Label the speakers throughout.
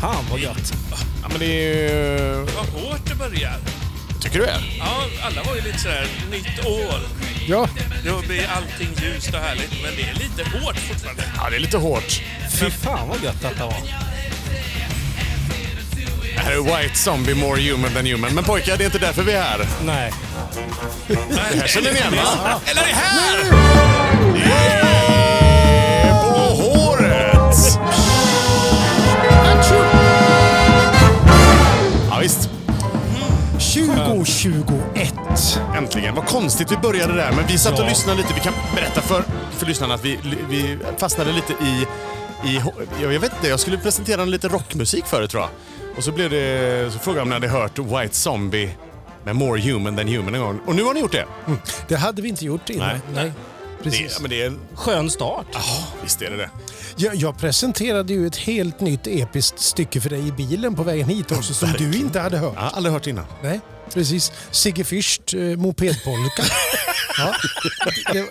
Speaker 1: fan vad gött.
Speaker 2: Ja, men det är ju...
Speaker 3: Vad hårt det börjar.
Speaker 2: Tycker du det?
Speaker 3: Ja, alla var ju lite sådär, nytt år.
Speaker 1: Ja.
Speaker 3: Då blir allting ljust och härligt, men det är lite hårt fortfarande.
Speaker 2: Ja, det är lite hårt.
Speaker 1: Fy fan vad gött detta var.
Speaker 2: Det här är White Zombie More Human Than Human. Men pojkar, det är inte därför vi är här.
Speaker 1: Nej.
Speaker 2: Det här känner ni igen va? Eller det här! Yeah! På håret! Ja, visst.
Speaker 1: 2021.
Speaker 2: Äntligen. Vad konstigt vi började där. Men vi satt och
Speaker 1: Ja.
Speaker 2: lyssnade lite. Vi kan berätta för, för lyssnarna att vi, vi fastnade lite i... i jag, jag vet inte, jag skulle presentera lite rockmusik förut tror jag. Och så, blev det, så frågade jag om ni hade hört White Zombie med More Human Than Human en gång. Och nu har ni gjort det.
Speaker 1: Det hade vi inte gjort innan.
Speaker 2: Nej.
Speaker 1: Nej.
Speaker 2: det
Speaker 1: Precis.
Speaker 2: ja, men det är...
Speaker 1: Skön start.
Speaker 2: Ja, visst är det det.
Speaker 4: Jag, jag presenterade ju ett helt nytt episkt stycke för dig i bilen på vägen hit också som du inte hade hört.
Speaker 2: Jag har aldrig hört innan.
Speaker 4: Nej, precis. Sigge Fürst, eh, mopedpolka. ja. det,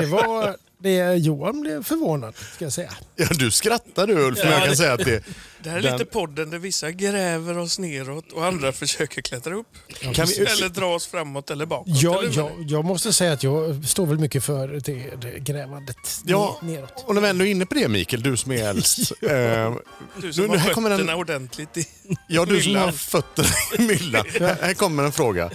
Speaker 4: det var det Johan blev förvånad, ska jag säga.
Speaker 2: Ja, du skrattar du Ulf, men
Speaker 3: Ja,
Speaker 2: jag kan
Speaker 3: det-
Speaker 2: säga att det...
Speaker 3: Det här är
Speaker 2: Den-
Speaker 3: lite podden där vissa gräver oss neråt och andra försöker klättra upp.
Speaker 2: Kan vi-
Speaker 3: Eller dra oss framåt eller bakåt.
Speaker 4: Jag,
Speaker 3: eller?
Speaker 4: jag, jag måste säga att jag står väl mycket för det, det grävandet
Speaker 2: Ja,
Speaker 4: ne- neråt.
Speaker 2: och när vi ändå är inne på det Mikael, du som är äldst. eh,
Speaker 3: Du som
Speaker 2: Nu- nu
Speaker 3: har
Speaker 2: här kommer
Speaker 3: fötterna
Speaker 2: den-
Speaker 3: ordentligt i...
Speaker 2: ja, du som
Speaker 3: Myllan.
Speaker 2: har fötterna i myllan. Här här kommer en fråga.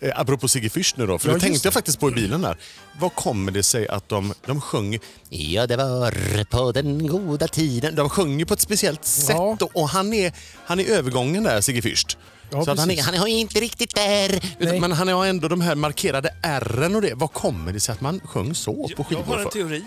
Speaker 2: Eh, apropå Sigge Fürst nu då, för
Speaker 4: Ja,
Speaker 2: det
Speaker 4: just
Speaker 2: tänkte
Speaker 4: det.
Speaker 2: jag faktiskt på i bilen där. Vad kommer det sig att de, de sjöng Ja, det var på den goda tiden. De sjöng ju på ett speciellt sätt
Speaker 4: Ja.
Speaker 2: och, och han är, han är övergången där, Sigge Fürst.
Speaker 4: Ja,
Speaker 2: Så att han, är,
Speaker 4: precis.
Speaker 2: han är ju inte riktigt där. Utan,
Speaker 4: Nej.
Speaker 2: men han har ändå de här markerade ärren och det. Vad kommer det sig att man sjöng så på
Speaker 3: Jag
Speaker 2: skivor?
Speaker 3: har en
Speaker 2: för?
Speaker 3: teori.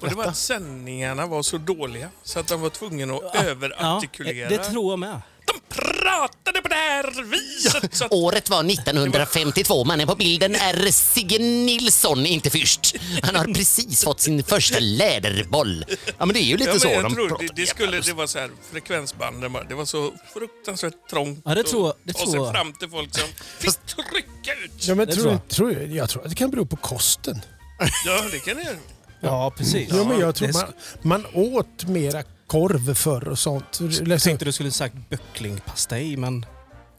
Speaker 3: Och det var att sändningarna var så dåliga så att de var tvungna att överartikulera.
Speaker 1: det tror jag med.
Speaker 3: De pratade på det här viset! Så att...
Speaker 5: Året var 1952. Mannen på bilden är Sigge Nilsson, inte först. Han har precis fått sin första läderboll.
Speaker 2: Ja, men det är ju lite
Speaker 3: Ja,
Speaker 2: så.
Speaker 3: men jag
Speaker 2: de
Speaker 3: tror
Speaker 2: pratar
Speaker 3: det, det, skulle, det var så här, frekvensbanden bara, det var så fruktansvärt trångt.
Speaker 1: Ja, det tror jag- det
Speaker 3: och, och
Speaker 1: tror
Speaker 3: sen
Speaker 1: jag.
Speaker 3: fram till folk som fick trycka ut.
Speaker 4: Ja, men
Speaker 1: Det
Speaker 4: tror,
Speaker 1: tror
Speaker 4: jag. Tror, jag- jag tror att det kan bero på kosten.
Speaker 3: Ja, det kan det göra.
Speaker 1: Ja, precis.
Speaker 4: Ja, men jag tror
Speaker 1: det
Speaker 4: man, man åt mera korv förr och sånt.
Speaker 1: Jag tänkte du skulle sagt böcklingpastej, men...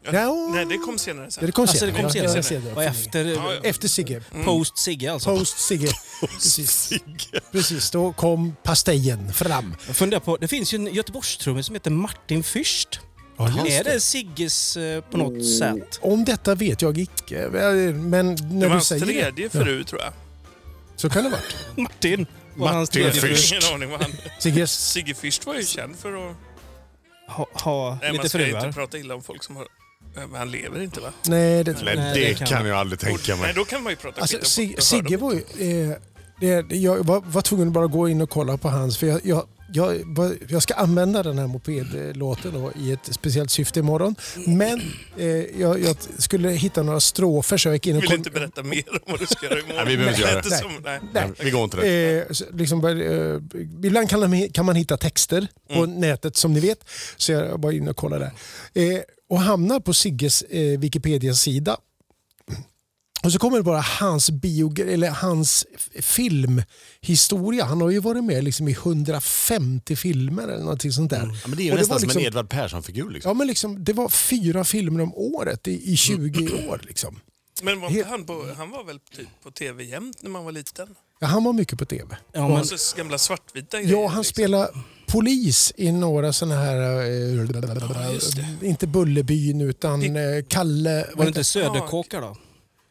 Speaker 3: Ja.
Speaker 4: Ja.
Speaker 3: Nej, det kom senare sen.
Speaker 4: Det kom
Speaker 1: Alltså, det
Speaker 4: senare.
Speaker 1: kom
Speaker 4: Ja,
Speaker 1: senare.
Speaker 4: det
Speaker 1: Och
Speaker 4: var
Speaker 1: efter... eh,
Speaker 3: Ja, ja.
Speaker 4: Efter Sigge.
Speaker 1: Post Sigge alltså.
Speaker 4: Post Sigge. Precis. Precis, då kom pastejen fram.
Speaker 1: Jag funderar på, det finns ju en göteborgstrummis som heter Martin Fürst. är det Sigges eh, på något sätt?
Speaker 4: Om detta vet jag icke, men
Speaker 3: Det
Speaker 4: när
Speaker 3: var
Speaker 4: du
Speaker 3: hans
Speaker 4: säger
Speaker 3: tredje
Speaker 4: det,
Speaker 3: fru, tror jag.
Speaker 4: så kan det ha varit.
Speaker 1: Martin. var hans
Speaker 2: Martin
Speaker 1: tredje-
Speaker 3: Jag har
Speaker 2: Fürst.
Speaker 3: ingen aning vad han...
Speaker 4: Sigges...
Speaker 3: Sigge Fürst var ju känd för att...
Speaker 1: Ha, ha
Speaker 3: Nej, man
Speaker 1: lite
Speaker 3: ska inte
Speaker 1: fruar.
Speaker 3: prata illa om folk som har... Men han lever inte, va?
Speaker 4: Nej, det tror
Speaker 2: Nej,
Speaker 4: jag
Speaker 2: det,
Speaker 1: Nej, det kan
Speaker 2: kan
Speaker 1: man.
Speaker 2: jag aldrig tänka
Speaker 3: Nej,
Speaker 2: mig.
Speaker 3: då kan man ju prata
Speaker 4: Alltså,
Speaker 3: skit om folk.
Speaker 4: Sig,
Speaker 3: Då hör
Speaker 4: Sigge
Speaker 3: de.
Speaker 4: var ju... Eh, det, det- jag var, var tvungen att bara gå in och kolla på hans, för jag, jag, jag, var- jag ska använda den här mopedlåten då, i ett speciellt syfte imorgon. Men eh, jag, jag skulle hitta några strofer så jag gick in och
Speaker 3: vill
Speaker 4: kollade.
Speaker 3: inte berätta mer om vad du ska göra imorgon.
Speaker 2: Nej, vi behöver inte
Speaker 3: Det
Speaker 2: göra
Speaker 3: lät
Speaker 4: det.
Speaker 3: som- nej.
Speaker 2: Nej, vi går inte där.
Speaker 4: Eh, så liksom, bara, eh, ibland kan man, kan man hitta texter på
Speaker 2: Mm.
Speaker 4: nätet som ni vet. Så jag var inne och kollade där. Eh, och hamnar på Sigges eh, Wikipedia-sida. Och så kommer det bara hans, bio, eller hans f- filmhistoria. Han har ju varit med liksom i 150 filmer eller någonting sånt där.
Speaker 2: Mm. Ja, men det är ju
Speaker 4: Och det
Speaker 2: nästan
Speaker 4: var
Speaker 2: som
Speaker 4: liksom-
Speaker 2: en Edvard Persson-figur. Liksom.
Speaker 4: Ja, men liksom, det var fyra filmer om året i, i
Speaker 2: Mm.
Speaker 4: 20 år. Liksom.
Speaker 3: Men var inte
Speaker 4: Helt-
Speaker 3: han, på, han var väl typ på tv jämt när man var liten?
Speaker 4: Ja, han var mycket på tv.
Speaker 1: Ja, men,
Speaker 3: Alltså gamla svartvita grejer.
Speaker 4: Ja, han spelar polis i några sådana här... Eh, inte Bullerbyn, utan eh, Kalle...
Speaker 1: var det inte Söderkåkar då?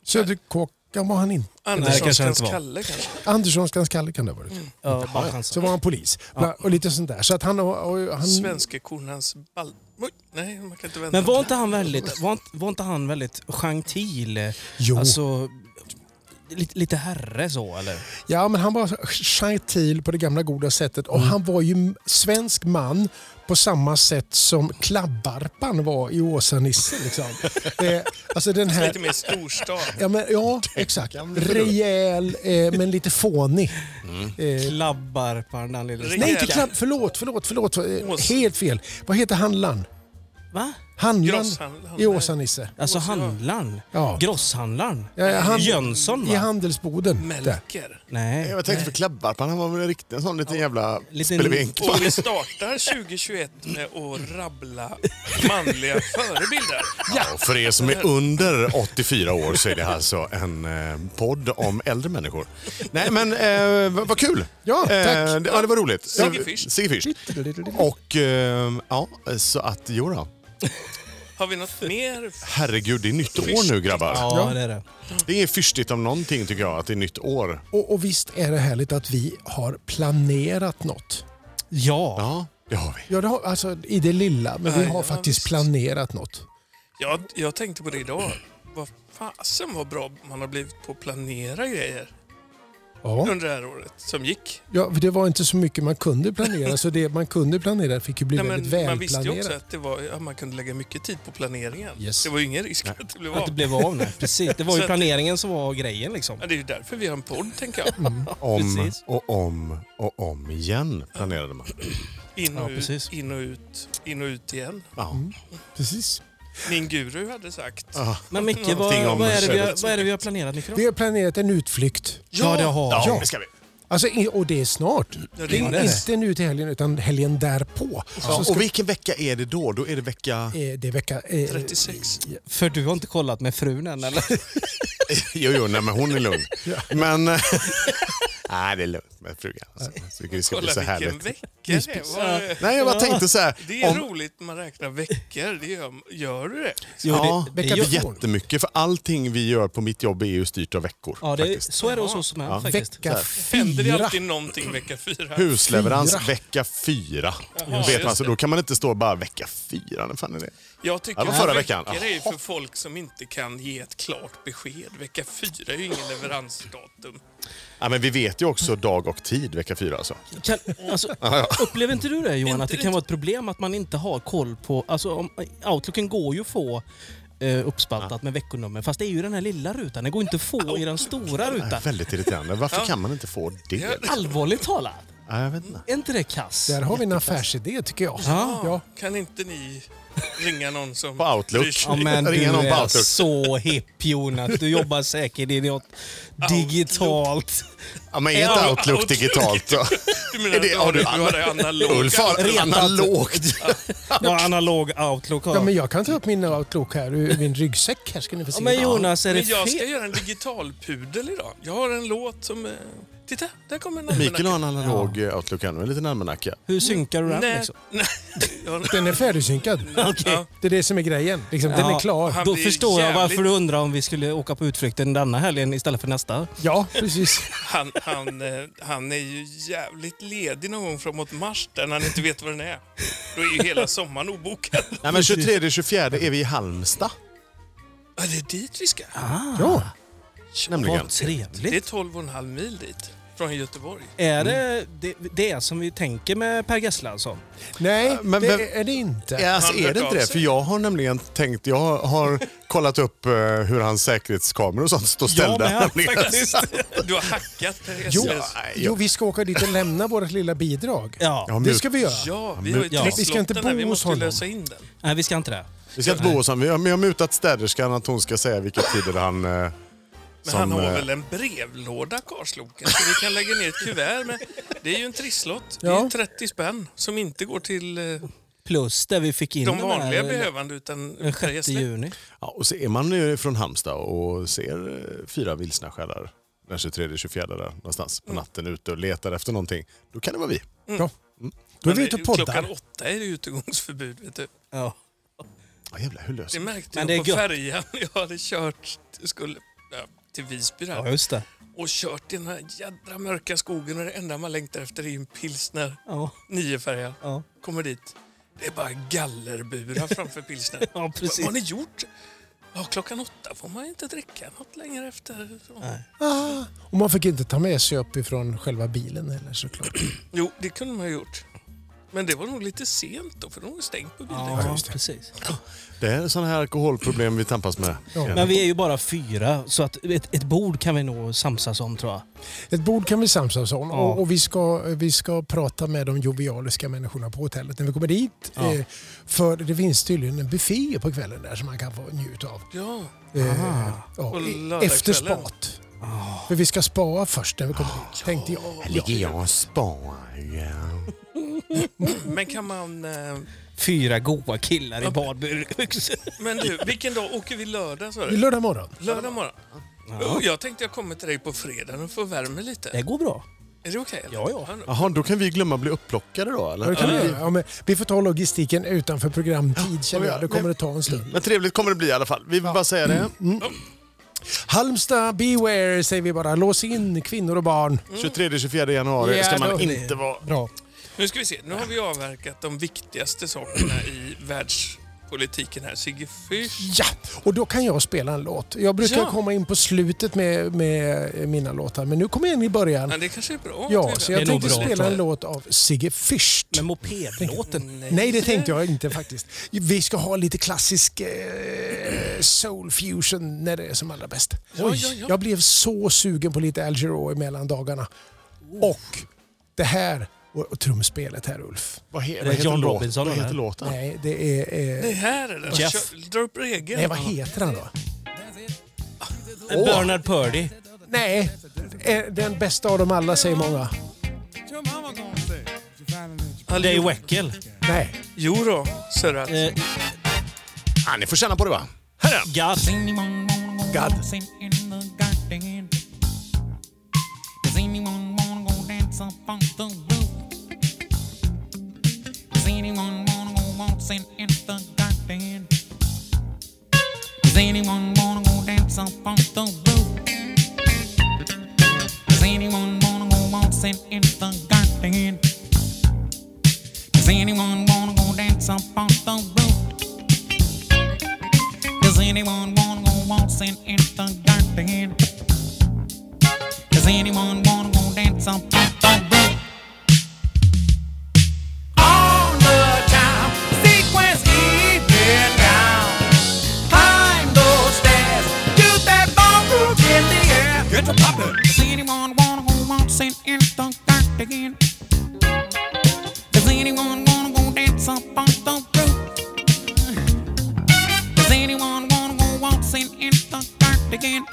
Speaker 4: Söderkåkan var han inte.
Speaker 1: Nej, det kanske
Speaker 3: Anderssonskans
Speaker 1: inte var. Mm.
Speaker 3: Kalle kanske?
Speaker 4: Anderssonskans Kalle kan det ha varit.
Speaker 1: Ja, bara
Speaker 4: Så
Speaker 1: chansar.
Speaker 4: var han polis. Bla- Och lite sånt där. Så att han... har- har- han
Speaker 3: Svenskekornans ball... Oj, nej, man kan inte vänta.
Speaker 1: Men var inte han väldigt, var inte, var inte han väldigt gentil? eh,
Speaker 4: Jo.
Speaker 1: Alltså, lite, lite herre så eller?
Speaker 4: Ja, men han var gentil på det gamla goda sättet. Och han var ju m- svensk man på samma sätt som Klabbarpan var i Åsa-Nisse. Liksom. eh, alltså den här...
Speaker 3: Lite mer storstad.
Speaker 4: Ja, men, ja exakt. Rejäl, eh, men lite fånig. Eh,
Speaker 1: Klabbar på den lilla...
Speaker 3: Rejäl.
Speaker 4: nej, inte klapp. Förlåt, förlåt, förlåt. Eh,
Speaker 3: Ås.
Speaker 4: Helt fel. Vad heter handlaren?
Speaker 1: Va?
Speaker 4: Handlaren
Speaker 3: Grosshandlaren.
Speaker 4: i Åsa-Nisse.
Speaker 1: Alltså handlaren.
Speaker 4: Ja.
Speaker 1: Grosshandlaren.
Speaker 4: Ja, ja, han-
Speaker 1: Jönsson
Speaker 4: I
Speaker 1: va?
Speaker 4: handelsboden. där.
Speaker 3: Melker.
Speaker 1: Nej.
Speaker 2: Jag tänkte för klabbarpan, han var väl en riktig sån liten jävla
Speaker 1: Liten-
Speaker 2: spelevink.
Speaker 3: Och vi startar 2021 med att rabbla manliga förebilder.
Speaker 2: Ja, för er som är under 84 år så är det alltså en eh, podd om äldre människor. Nej, men eh, vad vad kul!
Speaker 4: Ja, tack.
Speaker 2: Eh, det, ja, det var roligt.
Speaker 3: Sigge Fisch.
Speaker 2: Sigge Fisch. Och eh, ja, så att jo då.
Speaker 3: Har vi något mer?
Speaker 2: Herregud, det är nytt år nu grabbar.
Speaker 1: Ja, det är det.
Speaker 2: Det är fyrstigt om någonting tycker jag, att det är nytt år.
Speaker 4: Och, och visst är det härligt att vi har planerat något.
Speaker 1: Ja.
Speaker 2: Ja, det har vi.
Speaker 4: Ja, det har, alltså i det lilla, men vi
Speaker 3: Ja,
Speaker 4: har
Speaker 3: ja,
Speaker 4: faktiskt
Speaker 3: visst.
Speaker 4: planerat något.
Speaker 3: Jag, jag tänkte på det idag. Vad fasen vad bra man har blivit på att planera grejer
Speaker 4: Ja.
Speaker 3: under det här året som gick.
Speaker 4: Ja, för det var inte så mycket man kunde planera, så det man kunde planera fick ju bli
Speaker 3: Nej,
Speaker 4: väldigt
Speaker 3: men man visste ju också
Speaker 4: välplanerat.
Speaker 3: att det var, ja, man kunde lägga mycket tid på planeringen.
Speaker 4: Yes.
Speaker 3: Det var ju ingen risk att det blev
Speaker 1: Att det
Speaker 3: av.
Speaker 1: blev av nu. Precis. Det var ju
Speaker 3: Så att-
Speaker 1: planeringen som var grejen liksom.
Speaker 3: Ja, det är ju därför vi har en podd, tänker jag.
Speaker 1: Mm.
Speaker 2: Om
Speaker 1: Precis.
Speaker 2: och om och om igen planerade man.
Speaker 3: In och,
Speaker 1: Ja, precis.
Speaker 3: ut, in och ut, in och ut igen.
Speaker 2: Ja.
Speaker 4: Precis.
Speaker 3: Min guru hade sagt.
Speaker 1: Men Micke,
Speaker 2: Någonting
Speaker 1: vad,
Speaker 2: om
Speaker 1: vad, är det vi har,
Speaker 2: kärlek.
Speaker 1: vad är det vi har planerat Micke då?
Speaker 4: Vi har planerat en utflykt.
Speaker 1: Ja, det har
Speaker 2: Ja,
Speaker 1: jag.
Speaker 2: det ska vi.
Speaker 4: Alltså, i- och det är snart.
Speaker 3: Ja,
Speaker 4: Det
Speaker 3: det
Speaker 4: är
Speaker 3: är
Speaker 1: det.
Speaker 4: inte nu till helgen, utan helgen därpå.
Speaker 2: Ja,
Speaker 4: Så ska,
Speaker 2: och vilken vecka är det då? Då är det vecka...
Speaker 4: eh, det är vecka... Eh,
Speaker 3: 36.
Speaker 1: För du har inte kollat med frun än eller?
Speaker 2: Jo, jo, nej, men hon är lugn. Men... nej, det är lugnt med frugan. Alltså, jag tycker det ska bli
Speaker 3: Kolla
Speaker 2: så
Speaker 3: vilken
Speaker 2: härligt.
Speaker 3: vecka det var.
Speaker 2: Nej, jag bara tänkte så här.
Speaker 3: Det är
Speaker 2: om-
Speaker 3: roligt när man räknar veckor. Det gör, gör du det?
Speaker 1: Jo,
Speaker 2: Ja,
Speaker 1: det, det
Speaker 4: vecka
Speaker 1: gör-
Speaker 4: fjorton.
Speaker 2: jättemycket, för allting vi gör på mitt jobb är ju styrt av veckor.
Speaker 1: Ja, det,
Speaker 2: faktiskt.
Speaker 1: så är det hos oss med faktiskt.
Speaker 4: vecka
Speaker 3: Händer det
Speaker 4: fyra.
Speaker 3: alltid någonting vecka fyra?
Speaker 2: Husleverans
Speaker 4: Fyra.
Speaker 2: vecka fyra.
Speaker 3: Jaha,
Speaker 2: vet man,
Speaker 3: just
Speaker 2: så
Speaker 3: det.
Speaker 2: då kan man inte stå bara vecka fyra. När fan är det?
Speaker 3: Jag tycker
Speaker 2: Ja, det var
Speaker 3: att
Speaker 2: förra
Speaker 3: veckor
Speaker 2: veckan.
Speaker 3: är ju för folk som inte kan ge ett klart besked. Vecka fyra är ju ingen leveransdatum.
Speaker 2: Ja, men vi vet ju också dag och tid vecka fyra. Alltså.
Speaker 1: Kan, alltså, upplever inte du det Johan,
Speaker 3: Inte
Speaker 1: att det kan
Speaker 3: riktigt.
Speaker 1: vara ett problem att man inte har koll på... Alltså, om, Outlooken går ju att få eh, uppspaltat med veckonummer, fast det är ju den här lilla rutan. Det går inte att få i den stora
Speaker 2: Det är
Speaker 1: rutan.
Speaker 2: väldigt irriterande. Varför kan man inte få det?
Speaker 3: Ja.
Speaker 1: Allvarligt talat,
Speaker 2: Ja, jag vet inte.
Speaker 1: är inte det kass?
Speaker 4: Där har vi en affärsidé tycker jag.
Speaker 1: Ja.
Speaker 4: Ja.
Speaker 3: Kan inte ni ringa någon som...
Speaker 2: På Outlook.
Speaker 3: bryr sig?
Speaker 1: Ja, men du
Speaker 2: Ringa någon på
Speaker 1: är
Speaker 2: Outlook.
Speaker 1: så hipp Jonas. Du jobbar säkert i något digitalt.
Speaker 2: Ja, men är inte
Speaker 3: Ja,
Speaker 2: Outlook
Speaker 3: Outlook.
Speaker 2: digitalt? då?
Speaker 3: Du menar
Speaker 2: Är det-
Speaker 3: att
Speaker 2: har
Speaker 3: har
Speaker 2: du
Speaker 3: du, du har det analoga?
Speaker 2: Ulf har
Speaker 1: Retat.
Speaker 2: analogt.
Speaker 1: Vad analog outlook har.
Speaker 4: Ja, men jag kan ta upp min Outlook här ur min ryggsäck. Här ska ni få se.
Speaker 1: Ja, men Jonas, är det
Speaker 3: Men jag ska
Speaker 1: fel?
Speaker 3: göra en digital pudel idag. Jag har en låt som... eh, Titta, där kommer en almanacka.
Speaker 2: Mikael har en analog ja. Outlook här nu, en liten almanacka.
Speaker 1: Hur synkar du den?
Speaker 3: Nej,
Speaker 1: Liksom?
Speaker 3: nej. Jag har en-
Speaker 4: Den är färdigsynkad.
Speaker 3: Ja,
Speaker 4: Det är det som är grejen. Liksom, Den
Speaker 1: Ja.
Speaker 4: är klar.
Speaker 3: Han
Speaker 1: Då
Speaker 3: blir
Speaker 1: förstår jag varför
Speaker 3: jävligt-
Speaker 1: du undrar om vi skulle åka på utflykten denna helgen istället för nästa.
Speaker 4: Ja, precis.
Speaker 3: han, han, eh, han är ju jävligt ledig någon gång framåt mars där när han inte vet vad den är. Då är ju hela sommaren obokad.
Speaker 2: Nej, men 23-24 är vi i Halmstad.
Speaker 3: Ja, det är dit vi ska.
Speaker 4: Ja.
Speaker 2: Nämligen.
Speaker 1: Vad trevligt.
Speaker 3: Det är 12,5 mil dit. Från Göteborg.
Speaker 1: Är det, det det som vi tänker med Per Gessle alltså?
Speaker 4: Nej,
Speaker 2: Men
Speaker 4: det
Speaker 2: vem-
Speaker 4: är det inte.
Speaker 2: Ja, alltså,
Speaker 3: Han
Speaker 2: är
Speaker 3: hört
Speaker 2: det inte
Speaker 3: av
Speaker 2: det?
Speaker 3: sig.
Speaker 2: För jag har nämligen tänkt, jag har kollat upp eh, hur hans säkerhetskameror och sånt står
Speaker 1: Jag
Speaker 2: ställda.
Speaker 1: med,
Speaker 2: nämligen.
Speaker 1: faktiskt.
Speaker 3: Du har hackat Per
Speaker 4: Jo,
Speaker 3: Gessle.
Speaker 2: nej,
Speaker 4: jo, vi ska åka dit och lämna vårt lilla bidrag.
Speaker 2: Ja,
Speaker 1: Ja,
Speaker 2: men
Speaker 4: Det ska vi göra.
Speaker 3: Ja, vi har ju
Speaker 1: Ja.
Speaker 3: trisslotten
Speaker 4: Vi ska inte
Speaker 3: här.
Speaker 4: bo
Speaker 3: Vi
Speaker 4: hos
Speaker 3: måste ju
Speaker 4: honom.
Speaker 3: lösa in den.
Speaker 1: nej vi ska inte det.
Speaker 2: Vi ska inte bo hos honom. Vi har- Men jag har mutat städerskan att hon ska säga vilka tider han... eh,
Speaker 3: Men
Speaker 2: som,
Speaker 3: han har
Speaker 2: eh,
Speaker 3: väl en brevlåda, karlsloken, så vi kan lägga ner ett kuvert. Men det är ju en trisslott. Det är
Speaker 4: Ja.
Speaker 3: ju 30 spänn som inte går till eh,
Speaker 1: Plus det vi fick in
Speaker 3: de vanliga
Speaker 1: den här,
Speaker 3: behövande utan
Speaker 1: den
Speaker 3: Per
Speaker 1: 6
Speaker 3: Gessle.
Speaker 1: juni.
Speaker 2: Ja, och så är man ju från Halmstad och ser eh, fyra vilsna själar den 23-24 där någonstans på natten ute och letar efter någonting. Då kan det vara vi.
Speaker 4: Ja. Då är vi
Speaker 3: Men
Speaker 4: ute och
Speaker 3: det- Klockan
Speaker 4: poddar.
Speaker 3: åtta är det utegångsförbud. Vet du.
Speaker 1: Ja.
Speaker 2: Ja, jävlar, hur löser
Speaker 3: Det
Speaker 2: vi
Speaker 3: märkte jag
Speaker 1: Men det är
Speaker 3: på
Speaker 1: gött.
Speaker 3: färjan. Jag hade kört jag skulle, ja, till Visby där,
Speaker 1: ja, just det.
Speaker 3: och kört i den här jädra mörka skogen och det enda man längtar efter är ju en pilsner.
Speaker 1: Ja,
Speaker 3: Niofärja.
Speaker 1: ja.
Speaker 3: Kommer dit. Det är bara gallerburar framför pilsnern.
Speaker 1: ja
Speaker 3: Vad
Speaker 1: precis.
Speaker 3: har ni gjort? Ja, klockan åtta får man ju inte dricka något längre efter. Så.
Speaker 4: Och man fick inte ta med sig upp ifrån själva bilen heller såklart.
Speaker 3: Jo, det kunde man ha gjort. Men det var nog lite sent då, för de har ju stängt på bilden.
Speaker 1: Ja, precis.
Speaker 2: Det är sådana här alkoholproblem vi tampas med.
Speaker 1: Men vi är ju bara fyra, så att ett, ett bord kan vi nog samsas om tror jag.
Speaker 4: Ett bord kan vi samsas om
Speaker 1: Ja.
Speaker 4: och, och vi, ska, vi ska prata med de jovialiska människorna på hotellet när vi kommer dit.
Speaker 1: Ja.
Speaker 4: Eh, För det finns tydligen en buffé på kvällen där som man kan få njuta av.
Speaker 3: Ja,
Speaker 4: Eh, ja,
Speaker 3: På
Speaker 4: i-
Speaker 3: lördagskvällen.
Speaker 4: efter spat. För vi ska spaa först när vi kommer dit, tänkte jag.
Speaker 2: Här ligger jag och sparar.
Speaker 3: men kan man... eh,
Speaker 1: Fyra goa killar i badbyxor.
Speaker 3: Men du, vilken dag åker vi lördag sa
Speaker 4: Det är
Speaker 3: du?
Speaker 4: lördag morgon.
Speaker 3: Lördag morgon? Oh, jag tänkte jag kommer till dig på fredagen och får värme lite.
Speaker 1: Det går bra.
Speaker 3: Är det okej? eller?
Speaker 1: Ja, ja.
Speaker 2: Jaha, då kan vi glömma bli upplockade då
Speaker 4: Ja, det
Speaker 2: eller?
Speaker 4: kan vi, göra. ja, men vi får ta logistiken utanför programtid känner jag. Det kommer att ta en stund.
Speaker 2: Men trevligt kommer det bli i alla fall. Vi vill bara säga
Speaker 1: Mm.
Speaker 2: det.
Speaker 4: Halmstad, beware säger vi bara. Lås in kvinnor och barn.
Speaker 1: Mm.
Speaker 2: 23-24 januari
Speaker 4: Ja,
Speaker 2: ska
Speaker 4: då-
Speaker 2: man inte vara.
Speaker 4: Bra.
Speaker 3: Nu ska vi se. Nu har vi avverkat de viktigaste sakerna i världspolitiken här. Sigge Fürst.
Speaker 4: Ja, och då kan jag spela en låt. Jag brukar
Speaker 3: Ja.
Speaker 4: komma in på slutet med, med mina låtar, men nu kommer jag in i början.
Speaker 3: Men det kanske är bra.
Speaker 4: Ja,
Speaker 3: att vi
Speaker 4: så
Speaker 3: gör
Speaker 4: jag
Speaker 1: Det är nog
Speaker 4: tänkte
Speaker 1: bra,
Speaker 4: spela
Speaker 1: tror
Speaker 4: en
Speaker 1: jag.
Speaker 4: låt av Sigge Fürst.
Speaker 1: Men mopedlåten.
Speaker 4: Nej, det tänkte jag inte faktiskt. Vi ska ha lite klassisk eh, soul fusion när det är som allra bäst.
Speaker 3: Oj, ja, ja.
Speaker 4: Jag blev så sugen på lite Al Jarreau mellan dagarna.
Speaker 3: Oh.
Speaker 4: Och det här och, och trumspelet här Ulf.
Speaker 2: Vad he-
Speaker 1: Är
Speaker 2: vad
Speaker 1: det
Speaker 2: heter
Speaker 1: John
Speaker 2: låt-
Speaker 1: Robinson,
Speaker 2: Vad
Speaker 1: eller?
Speaker 2: heter låten?
Speaker 4: Nej, det är...
Speaker 3: Det
Speaker 4: Eh,
Speaker 3: här är det.
Speaker 1: Jeff.
Speaker 3: Kör- Dra upp regeln.
Speaker 4: nej, vad heter han då?
Speaker 1: Bernard Purdy.
Speaker 4: Nej, eh, den bästa av dem alla säger många.
Speaker 1: Dave Weckel.
Speaker 4: Nej.
Speaker 3: Jo då, Sörrat.
Speaker 1: Eh,
Speaker 2: Ah, ni får känna på det va?
Speaker 1: God.
Speaker 4: God.
Speaker 6: Does anyone wanna go dance up on the roof? Does anyone wanna go waltzing in the garden? Does anyone wanna go dance up on the roof? Does anyone wanna go waltzing in the garden? Does anyone wanna go dance up on the roof? Does anyone wanna go waltzing in the garden? Does anyone wanna go dance on the roof? All the time, sequence even down. Climb those stairs, do that ballroom in the air. Get your poppin'. Does anyone wanna go waltzing in the dark again? Does anyone wanna go dance up on the roof? Does anyone wanna go waltzing in the dark again?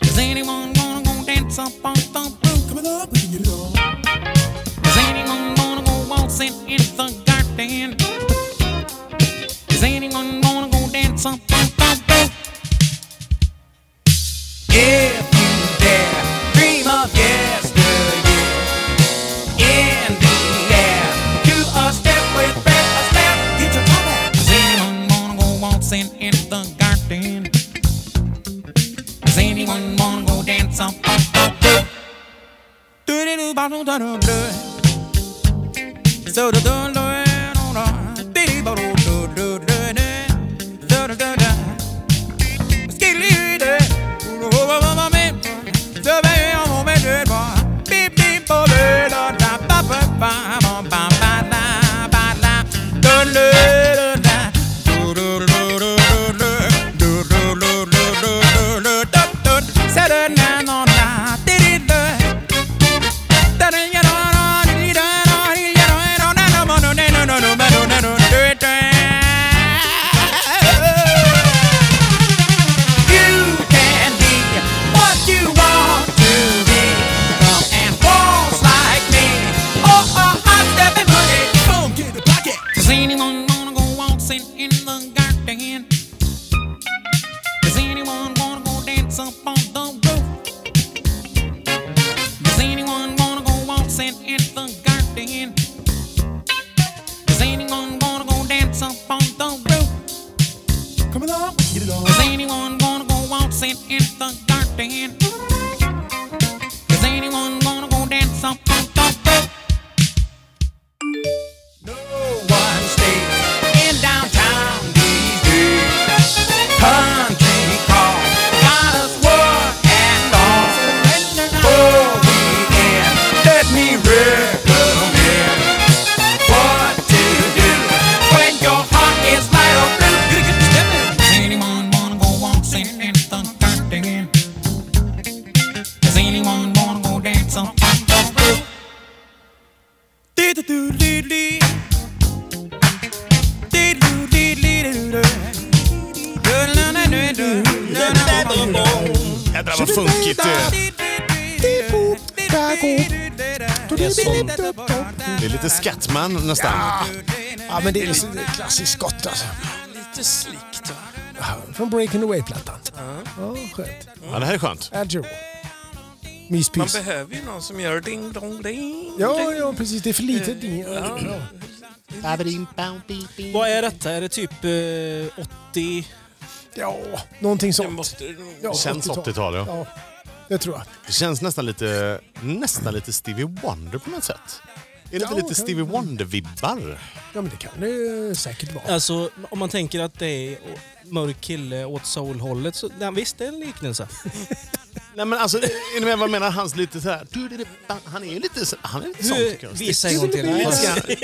Speaker 6: Does anyone wanna go dance up on the roof? Coming up, you know. Does anyone wanna go waltzing in the garden? Does anyone wanna go dance up on the roof? If you dare, dream of yesteryear. In the air, do a step with breath, a step. Get your pop out. Does anyone wanna go waltzing in the garden? Does anyone wanna go dance on the roof? Do do do ba do da do do. So do do do do da. Diddy ba do do do do do. Da da da da. Skidly da. Ooh, oh, oh, oh, oh, me. So baby, I'm on my dead boy. Beep beep ba ba da da ba ba ba ba ba ba da ba da. Do do do da. Do do do do do do. Do do do do do do do do. Saturday night on night. Diddy da. Does anyone wanna go waltzing in the garden? Does anyone wanna go dance up on the roof? Does anyone wanna go waltzing in the garden? Does anyone wanna go dance up on the roof? Come along, get it on. Does anyone wanna go waltzing in the garden? Does anyone wanna go dance up on the roof? No one stays in downtown these days. Country call got us work and all. For weekend, let me recommend
Speaker 2: något funkigt. eh, Det är lite Skattman nästan.
Speaker 4: Ja, men det är så- det är klassiskt skott alltså.
Speaker 3: Lite slickt.
Speaker 4: Från Breaking Away-plattan. Ja, skönt.
Speaker 2: Ja, det här är skönt.
Speaker 4: Adjo.
Speaker 3: Man
Speaker 4: Myspys.
Speaker 3: behöver ju någon som gör ding dong ding.
Speaker 4: Ja, ja, precis. Det är för lite.
Speaker 3: Eh,
Speaker 4: ding- Ja.
Speaker 1: Vad är detta? Är det typ eh, 80?
Speaker 4: ja, någonting
Speaker 3: Det
Speaker 4: sånt.
Speaker 3: måste...
Speaker 4: Ja,
Speaker 2: Känns
Speaker 4: 80-tal.
Speaker 2: 80-tal, ja.
Speaker 4: Ja, det tror jag.
Speaker 2: Det känns nästan lite, nästan lite Stevie Wonder på något sätt. Är det
Speaker 4: Ja,
Speaker 2: inte lite
Speaker 4: kan-
Speaker 2: Stevie Wonder-vibbar?
Speaker 4: Ja, men det kan det eh, säkert vara.
Speaker 1: Alltså, om man tänker att det är mörk kille åt soulhållet så ja, visst, det är en liknelse.
Speaker 2: Nej men alltså, är ni med vad jag menar? Hans lite så här... Han är ju lite, så- han är lite sån
Speaker 1: Du,
Speaker 2: tycker jag.
Speaker 1: visa en gång till.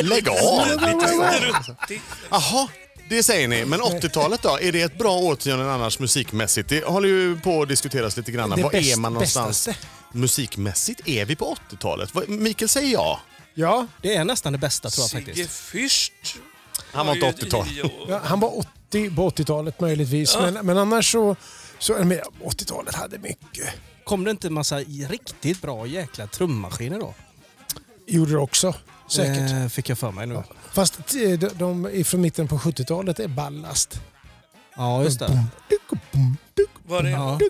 Speaker 2: Lägg av!
Speaker 3: Lite struttigt.
Speaker 2: Jaha, det säger ni. Men 80-talet då? Är det ett bra årtionde annars musikmässigt? Det håller ju på att diskuteras lite grann.
Speaker 4: Det
Speaker 2: Vad är
Speaker 4: bäst-
Speaker 2: man någonstans
Speaker 4: bästaste.
Speaker 2: musikmässigt? Är vi på 80-talet? Vad- Mikael säger ja.
Speaker 4: Ja,
Speaker 1: Det är nästan det bästa tror jag
Speaker 3: Sigge
Speaker 1: faktiskt.
Speaker 3: Fürst.
Speaker 2: Han var inte 80-tal.
Speaker 4: ja, han var 80 på 80-talet möjligtvis. Men, men annars så... så men 80-talet hade mycket.
Speaker 1: Kom det inte en massa riktigt bra jäkla trummaskiner då?
Speaker 4: Gjorde det också. Säkert.
Speaker 1: Eh, fick jag för mig nu.
Speaker 4: Fast eh, de, de är från mitten på 70-talet är ballast.
Speaker 1: Ja, just det.
Speaker 3: Var det?
Speaker 1: Ja.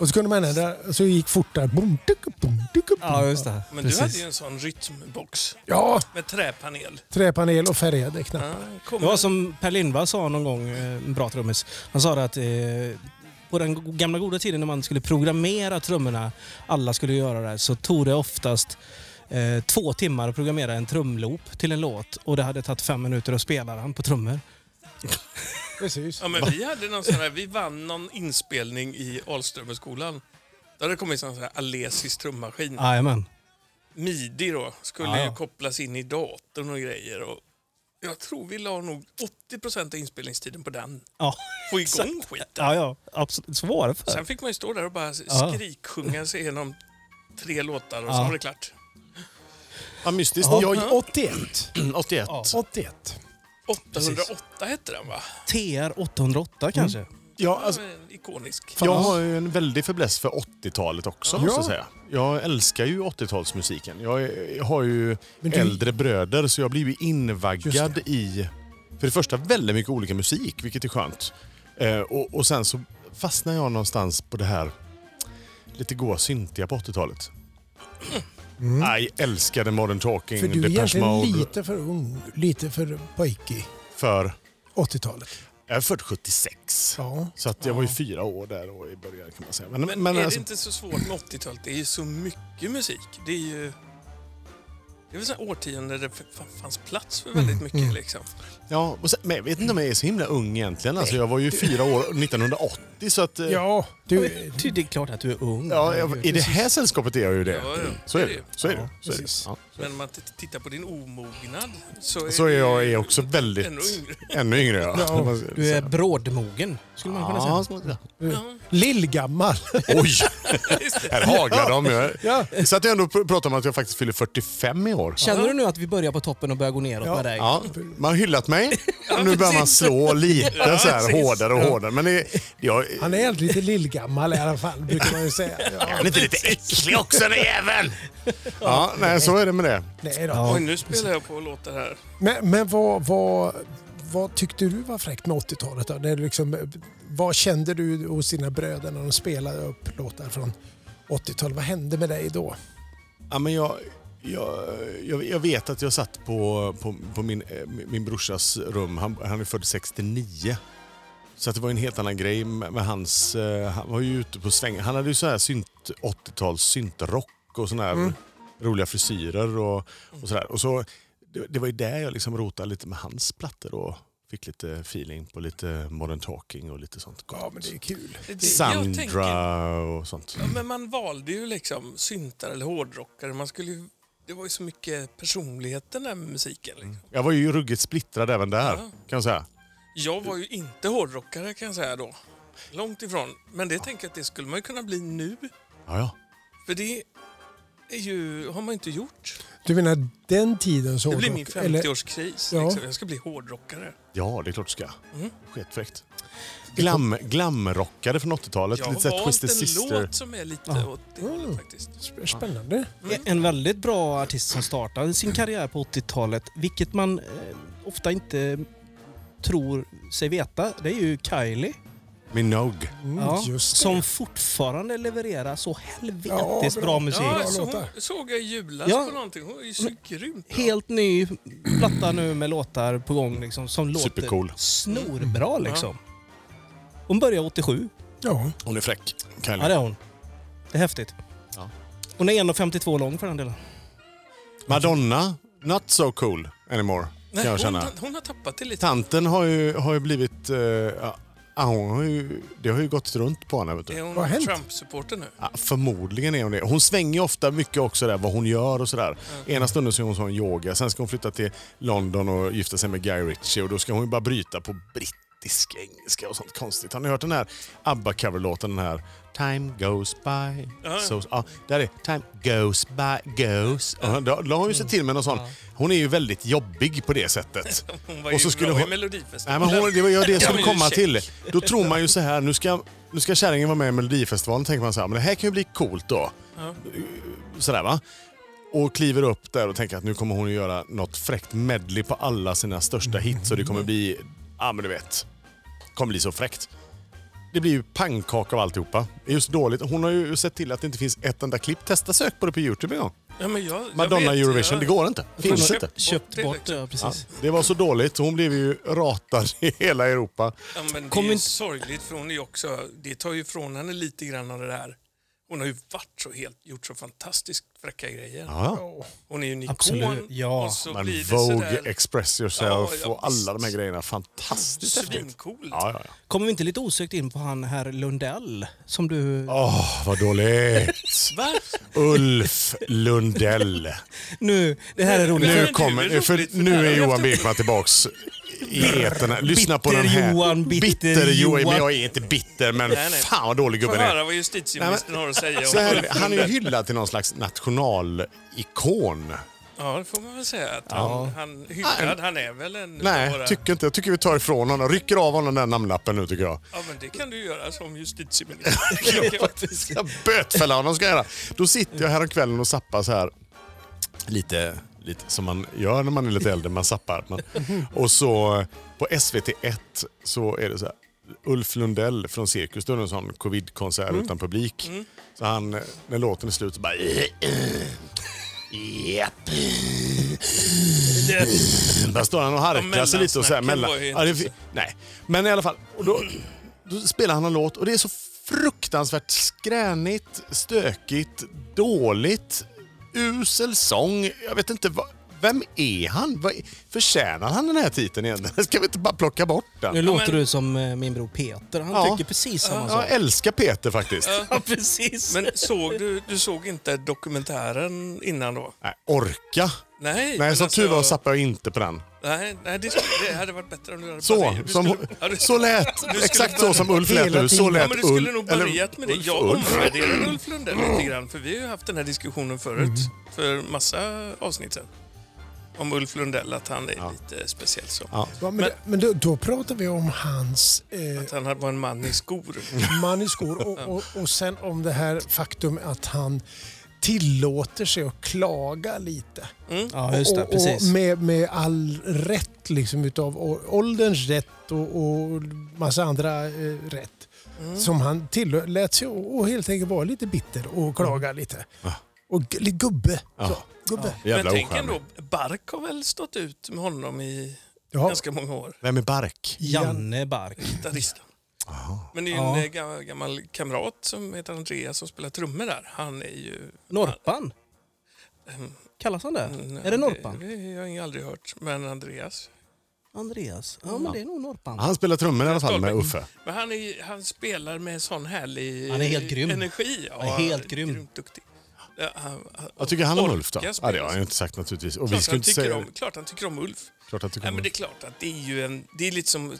Speaker 4: Och så kunde man ändra så det gick fortare. Bum, tuk, bum, tuk, bum.
Speaker 1: Ja, just det.
Speaker 3: Men
Speaker 1: Precis.
Speaker 3: du hade ju en sån rytmbox
Speaker 4: Ja,
Speaker 3: med träpanel.
Speaker 4: träpanel och färgade knappar.
Speaker 3: Ja, kom.
Speaker 1: Det var som Per Lindvall sa någon gång, eh, en bra trummis. Han sa det att eh, på den go- gamla goda tiden när man skulle programmera trummorna, alla skulle göra det, här, så tog det oftast eh, två timmar att programmera en trumloop till en låt och det hade tagit fem minuter att spela den på trummor.
Speaker 4: Precis.
Speaker 3: Ja, men vi hade någon sån här, vi vann någon inspelning i Alströmerskolan. Där hade det kommit sån här Alesis trummaskin.
Speaker 1: Jajamän.
Speaker 3: Midi då, skulle
Speaker 1: Ja, ja.
Speaker 3: ju kopplas in i datorn och grejer. Och jag tror vi la nog 80% av inspelningstiden på den.
Speaker 1: Ja.
Speaker 3: Få igång skiten.
Speaker 1: ja, ja. Absolut. Så var det för.
Speaker 3: Sen fick man ju stå där och bara
Speaker 1: Ja.
Speaker 3: skriksjunga sig igenom tre låtar och så
Speaker 1: Ja.
Speaker 3: var det klart.
Speaker 2: Ja, mystiskt.
Speaker 4: Jag, 81.
Speaker 2: Jag, 81.
Speaker 4: 81.
Speaker 3: 808 hette den va?
Speaker 1: TR 808 kanske?
Speaker 2: Ja, alltså,
Speaker 3: En ikonisk.
Speaker 2: jag har ju en väldig fäbless för 80-talet också, måste jag
Speaker 4: Ja.
Speaker 2: säga. Jag älskar ju 80-talsmusiken. Jag är- har ju
Speaker 4: Men du-
Speaker 2: äldre bröder, så jag blir ju
Speaker 4: Just
Speaker 2: invaggad i, för det första, väldigt mycket olika musik, vilket är skönt. Eh, och, och sen så fastnar jag någonstans på det här lite goa syntiga på 80-talet. Nej, älskade Modern Talking,
Speaker 4: Mm. För du är
Speaker 2: Depeche
Speaker 4: egentligen
Speaker 2: Mode.
Speaker 4: lite för ung, lite för pojkig.
Speaker 2: För,
Speaker 4: 80-talet.
Speaker 2: jag är född 76.
Speaker 4: Ja.
Speaker 2: Så att jag var ju fyra år där och i början kan man säga. Men,
Speaker 3: Men,
Speaker 2: men
Speaker 3: är
Speaker 2: alltså-
Speaker 3: det inte så svårt med 80-talet? Det är ju så mycket musik. Det är ju... Det är väl sådana årtionden där det f- fanns plats för väldigt
Speaker 2: Mm,
Speaker 3: mycket liksom.
Speaker 2: Ja, och sen, men jag vet inte om jag är så himla ung egentligen. Alltså, jag var ju fyra år 1980 så att... eh,
Speaker 4: Ja, du...
Speaker 1: Ty- Det är klart att du är ung.
Speaker 2: ja, jag, I det här sällskapet är jag ju det.
Speaker 3: Ja, ja.
Speaker 2: Så är det
Speaker 3: Det är
Speaker 2: ju.
Speaker 3: det.
Speaker 2: Så är det.
Speaker 4: Ja,
Speaker 2: Så är, det.
Speaker 4: precis.
Speaker 2: Ja.
Speaker 3: Men om man t- tittar på din omognad så är,
Speaker 2: Så är
Speaker 3: du
Speaker 2: jag
Speaker 3: ju
Speaker 2: är också väldigt...
Speaker 3: Ännu yngre.
Speaker 2: Ännu yngre, ja. ja
Speaker 1: Du är brådmogen, skulle man kunna säga.
Speaker 2: Ja, så- ja.
Speaker 4: Lillgammal.
Speaker 2: Oj!
Speaker 3: Just det.
Speaker 2: Här haglar de ju.
Speaker 4: Ja.
Speaker 2: Så att jag ändå pr- pratar om att jag faktiskt fyller 45 i år.
Speaker 1: Känner du nu att vi börjar på toppen och börjar gå neråt med dig?
Speaker 2: Ja, man har hyllat mig och nu börjar man slå lite så här
Speaker 3: precis.
Speaker 2: hårdare och hårdare. Men det, jag,
Speaker 4: Han är helt lite lillgammal i alla fall, brukar man ju säga. Ja.
Speaker 2: han är inte lite äcklig också den jäveln? Ja, nej, så är det med det.
Speaker 4: Nej då.
Speaker 3: Oj, nu spelar jag på låtar här.
Speaker 4: Men, men vad, vad, vad tyckte du var fräckt med 80-talet? Då? Det är liksom, vad kände du hos dina bröder när de spelade upp låtar från 80-talet? Vad hände med dig då?
Speaker 2: Ja, men jag, jag, jag, jag vet att jag satt på, på, på min, eh, min brorsas rum. Han, han är född 69. Så att det var en helt annan grej med, med hans... eh, Han var ju ute på sväng. Han hade ju så här synt, 80-tals syntrock och såna här
Speaker 3: Mm.
Speaker 2: roliga frisyrer och, och sådär. Och så, det, det var ju där jag liksom rotade lite med hans plattor och fick lite feeling på lite modern talking och lite sånt.
Speaker 4: Ja, men det är kul.
Speaker 3: Det är det jag tänker.
Speaker 2: Sandra och sånt.
Speaker 3: Ja, Men man valde ju liksom syntar eller hårdrockare. Man skulle ju... Det var ju så mycket personlighet den där musiken. Liksom.
Speaker 2: Jag var ju ruggigt splittrad även där,
Speaker 3: Ja.
Speaker 2: kan jag säga.
Speaker 3: Jag var ju inte hårdrockare kan jag säga då. Långt ifrån. Men det tänker jag att det skulle man ju kunna bli nu.
Speaker 2: Ja, ja.
Speaker 3: För det är ju, har man inte gjort.
Speaker 4: Du menar den tidens
Speaker 3: Det blir
Speaker 4: hårdrock,
Speaker 3: min
Speaker 4: eller-
Speaker 3: 50-årskris.
Speaker 4: Ja.
Speaker 3: Liksom. Jag ska bli hårdrockare.
Speaker 2: Ja, det är klart du ska.
Speaker 3: Mm.
Speaker 2: Sketfräckt. Glam, glamrockare från 80-talet.
Speaker 3: Jag har
Speaker 2: Lite såhär
Speaker 3: valt
Speaker 2: Twisted
Speaker 3: en
Speaker 2: Sister.
Speaker 3: låt som är lite åt det
Speaker 4: Mm.
Speaker 3: hållet faktiskt.
Speaker 4: Sp- Spännande.
Speaker 1: En väldigt bra artist som startade sin karriär på 80-talet, vilket man eh, ofta inte tror sig veta, det är ju Kylie.
Speaker 2: Minogue.
Speaker 4: Mm,
Speaker 1: Ja,
Speaker 4: just det.
Speaker 1: som fortfarande levererar så helvetiskt
Speaker 4: Ja,
Speaker 1: bra.
Speaker 4: bra.
Speaker 1: musik.
Speaker 3: Ja,
Speaker 4: Bra
Speaker 3: så hon
Speaker 4: låtar.
Speaker 3: såg jag i julas
Speaker 1: Ja.
Speaker 3: på någonting. Hon är ju så grymt bra.
Speaker 1: Helt ny platta nu med låtar på gång liksom, som låter
Speaker 2: Supercool.
Speaker 1: snorbra. Liksom. Hon börjar 87.
Speaker 4: Ja.
Speaker 2: Hon är fräck.
Speaker 1: Ja,
Speaker 2: Kylie.
Speaker 1: det är hon. Det är häftigt.
Speaker 5: Ja.
Speaker 1: Hon är 1,52 lång för den delen.
Speaker 2: Madonna. Not so cool anymore. Kan
Speaker 3: Nej,
Speaker 2: jag
Speaker 3: hon,
Speaker 2: känna.
Speaker 3: hon har tappat det lite.
Speaker 2: Tanten har ju, har ju blivit... eh, ja, ah, hon har ju, det har ju gått runt på henne. Vet
Speaker 3: Är
Speaker 2: du.
Speaker 4: Vad har
Speaker 3: hon
Speaker 4: hänt?
Speaker 3: Trump-supporter nu?
Speaker 2: Ja, förmodligen är hon det. Hon svänger ju ofta mycket också där, vad hon gör och sådär.
Speaker 3: Mm.
Speaker 2: Ena stunden så är hon sån yoga, sen ska hon flytta till London och gifta sig med Guy Ritchie och då ska hon ju bara bryta på brittisk engelska och sånt konstigt. Har ni hört den här ABBA-coverlåten? Den här Time goes by. So, ja, där är Time goes by, goes. Ja, då, då har hon ju sett till med någon sån. Hon är ju väldigt jobbig på det sättet.
Speaker 3: Hon var
Speaker 2: Och så
Speaker 3: ju
Speaker 2: skulle
Speaker 3: bra i
Speaker 2: hon- Nej,
Speaker 3: Melodifestivalen.
Speaker 2: men hon, det var ju det jag
Speaker 3: Ja,
Speaker 2: skulle
Speaker 3: men
Speaker 2: komma
Speaker 3: ursäkta.
Speaker 2: till. Då tror man ju så här, nu ska, nu ska kärringen vara med i Melodifestivalen, tänker man så här, men det här kan ju bli coolt då. Sådär va? Och kliver upp där och tänker att nu kommer hon ju göra något fräckt medley på alla sina
Speaker 3: Mm.
Speaker 2: största hits och det kommer bli, ja men du vet, kommer bli så fräckt. Det blir ju pannkaka av alltihopa. Det är just dåligt. Hon har ju sett till att det inte finns ett enda klipp. Testa sök på det på Youtube en gång.
Speaker 3: Ja, men jag, jag
Speaker 2: Madonna
Speaker 3: vet,
Speaker 2: Eurovision,
Speaker 3: jag-
Speaker 2: det går inte. Finns inte.
Speaker 1: Köpt
Speaker 3: det
Speaker 1: bort,
Speaker 3: liksom.
Speaker 1: ja, precis.
Speaker 2: Det var så dåligt. Hon blev ju ratad i hela Europa.
Speaker 3: Ja, men det
Speaker 1: Kom
Speaker 3: är ju
Speaker 1: inte-
Speaker 3: sorgligt för hon är ju också, det tar ju ifrån henne lite grann av det där. Hon har ju varit så helt, gjort så fantastiskt fräcka grejer.
Speaker 2: Ja.
Speaker 3: Hon är ju en ikon.
Speaker 1: Absolut, ja.
Speaker 3: Och så
Speaker 2: Men
Speaker 3: blir det
Speaker 2: Vogue,
Speaker 3: sådär
Speaker 2: Express yourself
Speaker 3: Ja, ja,
Speaker 2: och alla de här
Speaker 3: visst.
Speaker 2: grejerna. Fantastiskt häftigt.
Speaker 3: svincoolt.
Speaker 2: Ja, ja, ja.
Speaker 1: Kommer vi inte lite osökt in på han herr Lundell som du
Speaker 2: Åh, vad dåligt!
Speaker 3: Va?
Speaker 2: Ulf Lundell.
Speaker 1: Nu, det här är roligt.
Speaker 3: Men
Speaker 2: Nu
Speaker 3: det är
Speaker 2: kommer...
Speaker 3: roligt,
Speaker 2: För
Speaker 3: för där har
Speaker 2: nu är
Speaker 3: vi
Speaker 2: Johan
Speaker 3: haft-
Speaker 2: Björkman tillbaks i etern. Lyssna på den här.
Speaker 1: Bitter-Johan,
Speaker 2: Bitter-Johan.
Speaker 1: bitter-Johan.
Speaker 2: Men jag är inte bitter, men
Speaker 3: Nej, nej.
Speaker 2: fan vad dålig
Speaker 3: Få
Speaker 2: gubben är.
Speaker 3: höra vad justitieministern
Speaker 2: Nej, men-
Speaker 3: har att säga om
Speaker 2: Så här,
Speaker 3: Ulf
Speaker 2: han är ju
Speaker 3: Lundell.
Speaker 2: hyllad till någon slags nationalikon.
Speaker 3: Ja, det får man väl säga. Att han, han, hyllad, han är väl en...
Speaker 2: Nej,
Speaker 3: bara-
Speaker 2: tycker inte. Jag tycker vi tar ifrån honom. Rycker av honom den namnlappen nu tycker jag.
Speaker 3: Ja, men det kan du göra som justitieminister.
Speaker 2: ska bötfälla honom ska jag göra. Då sitter jag häromkvällen och zappar så här. Lite, lite som man gör när man är lite äldre, man zappar. Man. Och så på SVT1 så är det så här. Ulf Lundell från Cirkus, då är det en sån covid-konsert utan publik. Så han, när låten är slut så bara... Japp.
Speaker 3: Det-
Speaker 2: Där står han och harklar sig lite och så här
Speaker 3: mellansnacken
Speaker 2: mellan...
Speaker 3: var ju
Speaker 2: Ja, det, är fi- nej, men i alla fall. Och då, då spelar han en låt och det är så fruktansvärt skränigt, stökigt, dåligt, usel sång. Jag vet inte vad... Vem är han? Vad- Förtjänar han den här titeln egentligen? Ska vi inte bara plocka bort
Speaker 1: Nu
Speaker 2: den?
Speaker 1: låter du som eh, min bror Peter. Han
Speaker 2: Ja.
Speaker 1: tycker precis samma
Speaker 2: Jag
Speaker 1: sak.
Speaker 2: älskar Peter faktiskt.
Speaker 1: Ja, precis.
Speaker 3: Men såg du, du såg inte dokumentären innan då?
Speaker 2: Nej, orka.
Speaker 3: Nej, men
Speaker 2: Nej, som tur
Speaker 3: alltså-
Speaker 2: var zappar jag inte på den.
Speaker 3: Nej, nej det, skulle, det hade vaät bättre om du hade
Speaker 2: Så,
Speaker 3: börjat. Du
Speaker 2: som,
Speaker 3: skulle- ja, du-
Speaker 2: så lät,
Speaker 3: skulle
Speaker 2: exakt så
Speaker 3: börja-
Speaker 2: som Ulf lät
Speaker 4: Hela
Speaker 2: nu. Så
Speaker 4: tiden.
Speaker 3: Ja,
Speaker 2: lät
Speaker 3: men du skulle
Speaker 2: Ulf-
Speaker 3: nog
Speaker 2: eller-
Speaker 3: börjat med det.
Speaker 2: Ulf-
Speaker 3: Jag
Speaker 2: Ulf.
Speaker 3: omvärderar Ulf Lundell lite grann, för vi har ju haft den här diskussionen förut,
Speaker 2: Mhm.
Speaker 3: för massa avsnitt sedan. Om Ulf Lundell, att han är lite speciell så.
Speaker 2: Ja.
Speaker 4: Ja, men men då, då pratar vi om hans eh,
Speaker 3: Att han var en man i skor.
Speaker 4: man i skor och, och, och sen om det här faktum att han tillåter sig att klaga lite.
Speaker 3: mm.
Speaker 1: Ja, just det.
Speaker 4: och, och
Speaker 1: Precis.
Speaker 4: med, med all rätt, liksom, utav å- ålderns rätt och, och massa andra eh, rätt.
Speaker 2: Mm.
Speaker 4: Som han tillät sig att- och helt enkelt vara lite bitter och klaga
Speaker 2: Mm.
Speaker 4: lite. Och gu- lite gubbe. Så, gubbe.
Speaker 3: Men
Speaker 2: Jävla
Speaker 3: tänk
Speaker 2: ocharmig.
Speaker 3: ändå, Bark har väl stått ut med honom i
Speaker 4: Ja.
Speaker 3: ganska många år,
Speaker 2: Vem är Bark?
Speaker 1: Janne Bark.
Speaker 3: gitarristen. Men det är ju en eh, ga- gammal kamrat som heter Andreas som spelar trummor där. Han är ju...
Speaker 1: Norpan? Kallas han det?
Speaker 3: Mm,
Speaker 1: Är det Norpan?
Speaker 3: eh, Det, det har jag aldrig hört, men Andreas.
Speaker 1: Andreas? Ja, men det är nog Norpan.
Speaker 2: Han spelar trummor i alla fall med Uffe.
Speaker 3: Men han, är, han spelar med sån härlig
Speaker 1: Han är helt grym.
Speaker 3: energi. Ja,
Speaker 1: Han är helt grym.
Speaker 3: Grymt duktig. Ja, han, han,
Speaker 2: Vad tycker han om Ulf då?
Speaker 3: Orkar
Speaker 2: Ja, det
Speaker 3: spela.
Speaker 2: har jag ju inte sagt naturligtvis. Och vi
Speaker 3: klart,
Speaker 2: ska
Speaker 3: han
Speaker 2: inte
Speaker 3: tycker
Speaker 2: säga...
Speaker 3: om, klart han tycker om Ulf.
Speaker 2: Klart han tycker
Speaker 3: Nej,
Speaker 2: om
Speaker 3: men det är klart att det är ju en... Det är lite som,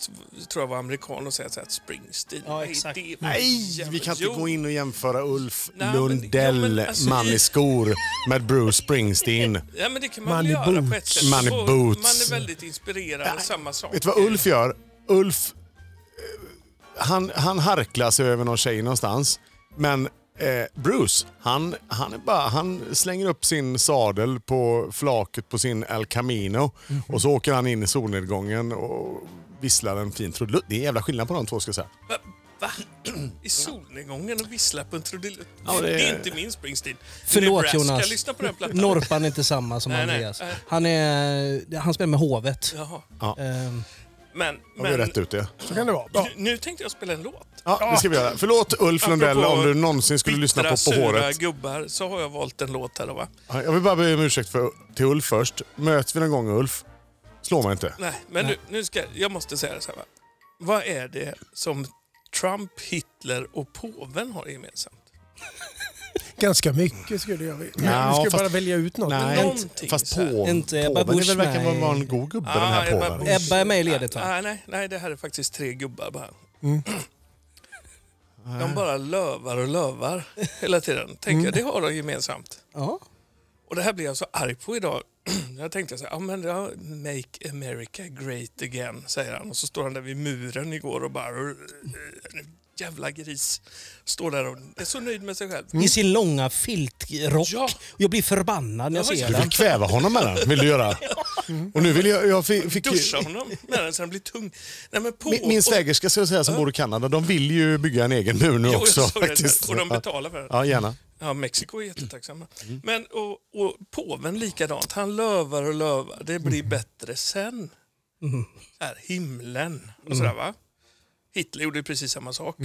Speaker 3: tror jag var amerikan och säga så här, att Springsteen.
Speaker 1: Ja,
Speaker 3: nej,
Speaker 1: exakt.
Speaker 3: det-
Speaker 2: Nej, vi kan inte
Speaker 3: Jo,
Speaker 2: gå in och jämföra Ulf
Speaker 3: Nej, men-
Speaker 2: Lundell,
Speaker 3: ja, men alltså,
Speaker 2: man
Speaker 3: i-
Speaker 2: i skor, med Bruce Springsteen.
Speaker 3: Ja, men det kan man
Speaker 4: Man
Speaker 3: väl
Speaker 4: i
Speaker 3: göra på ett
Speaker 4: boots.
Speaker 3: sätt.
Speaker 2: Man i
Speaker 3: Och
Speaker 2: boots.
Speaker 3: Man är väldigt inspirerad av samma sak.
Speaker 2: Vet du vad Ulf gör? Ulf, eh, han, han harklar sig över någon tjej någonstans. Men eh, Bruce, han, han, är bara, han slänger upp sin sadel på flaket på sin El Camino och så åker han in i solnedgången och visslar en fin trudelutt. Det är jävla skillnad på de två ska jag säga.
Speaker 3: Va? Va? I solnedgången och vissla på en trudelutt.
Speaker 2: Ja,
Speaker 3: det...
Speaker 2: det-
Speaker 3: är inte min Springsteen.
Speaker 1: Förlåt
Speaker 3: Nebraska.
Speaker 1: Jonas.
Speaker 3: Lyssna på den här plattan.
Speaker 1: Norpan är inte samma som
Speaker 3: Nej,
Speaker 1: Andreas.
Speaker 3: nej.
Speaker 1: Han, är, han spelar med hovet.
Speaker 3: Jaha.
Speaker 1: Ehm,
Speaker 3: Men,
Speaker 2: Har vi
Speaker 3: men
Speaker 2: rätt ut det?
Speaker 4: Så kan det vara. Ja.
Speaker 3: nu, nu tänkte jag spela en låt.
Speaker 2: Ja, det ska vi göra. Förlåt Ulf Lundell
Speaker 3: Apropå
Speaker 2: om du någonsin skulle lyssna på På
Speaker 3: sura
Speaker 2: håret.
Speaker 3: gubbar så har jag valt en låt här då va?
Speaker 2: Ja, Jag vill bara be om ursäkt för, till Ulf först. Möts vi någon gång Ulf? Slå mig inte.
Speaker 3: Nej, men Nu, nu ska jag måste säga det så här va. Vad är det som Trump, Hitler och påven har gemensamt?
Speaker 4: Ganska mycket skulle jag vilja.
Speaker 2: Ja,
Speaker 4: vi ska
Speaker 2: fast-
Speaker 4: bara välja ut något.
Speaker 2: Nej,
Speaker 3: någonting
Speaker 2: fast
Speaker 3: så här.
Speaker 2: påven,
Speaker 1: Inte Ebba
Speaker 2: påven
Speaker 1: Busch,
Speaker 2: är väl verkar
Speaker 1: nej.
Speaker 2: vara en god gubbe den
Speaker 3: Ah,
Speaker 2: här
Speaker 3: Ebba
Speaker 2: påven.
Speaker 3: Busch.
Speaker 1: Ebba är med i ledet va?
Speaker 3: Nej, nej, nej, det här är faktiskt tre gubbar bara.
Speaker 2: Mm.
Speaker 3: De bara lövar och lövar hela tiden. Tänker jag,
Speaker 2: Mm.
Speaker 3: det har de gemensamt.
Speaker 1: Ja.
Speaker 3: Och det här blev jag så arg på idag. Jag tänkte så här, ja men ja, make America great again, säger han. Och så står han där vid muren igår och bara, "Rrr, eh, jävla gris. Står där och är så nöjd med sig själv.
Speaker 1: I sin långa filtrock.
Speaker 3: Ja.
Speaker 1: Jag blir förbannad när jag
Speaker 3: Ja,
Speaker 1: ser
Speaker 2: Du
Speaker 1: den.
Speaker 2: vill kväva honom med den, vill du göra. Och nu vill jag... jag fick, fick,
Speaker 3: Duscha honom med den så han blir tung. Nej, men på,
Speaker 2: min, min
Speaker 3: och-
Speaker 2: svägerska ska jag säga som bor i Kanada, de vill ju bygga en egen mur nu
Speaker 3: Jo, jag
Speaker 2: också.
Speaker 3: såg det.
Speaker 2: faktiskt.
Speaker 3: Och de betalar för det.
Speaker 2: Ja, gärna.
Speaker 3: Ja, Mexiko är jättetacksamma.
Speaker 2: Mm.
Speaker 3: Men, och, och påven likadant. Han lövar och lövar. Det blir
Speaker 2: Mm.
Speaker 3: bättre sen. Här, himlen
Speaker 2: Mm.
Speaker 3: och sådär va. Hitler gjorde ju precis samma sak.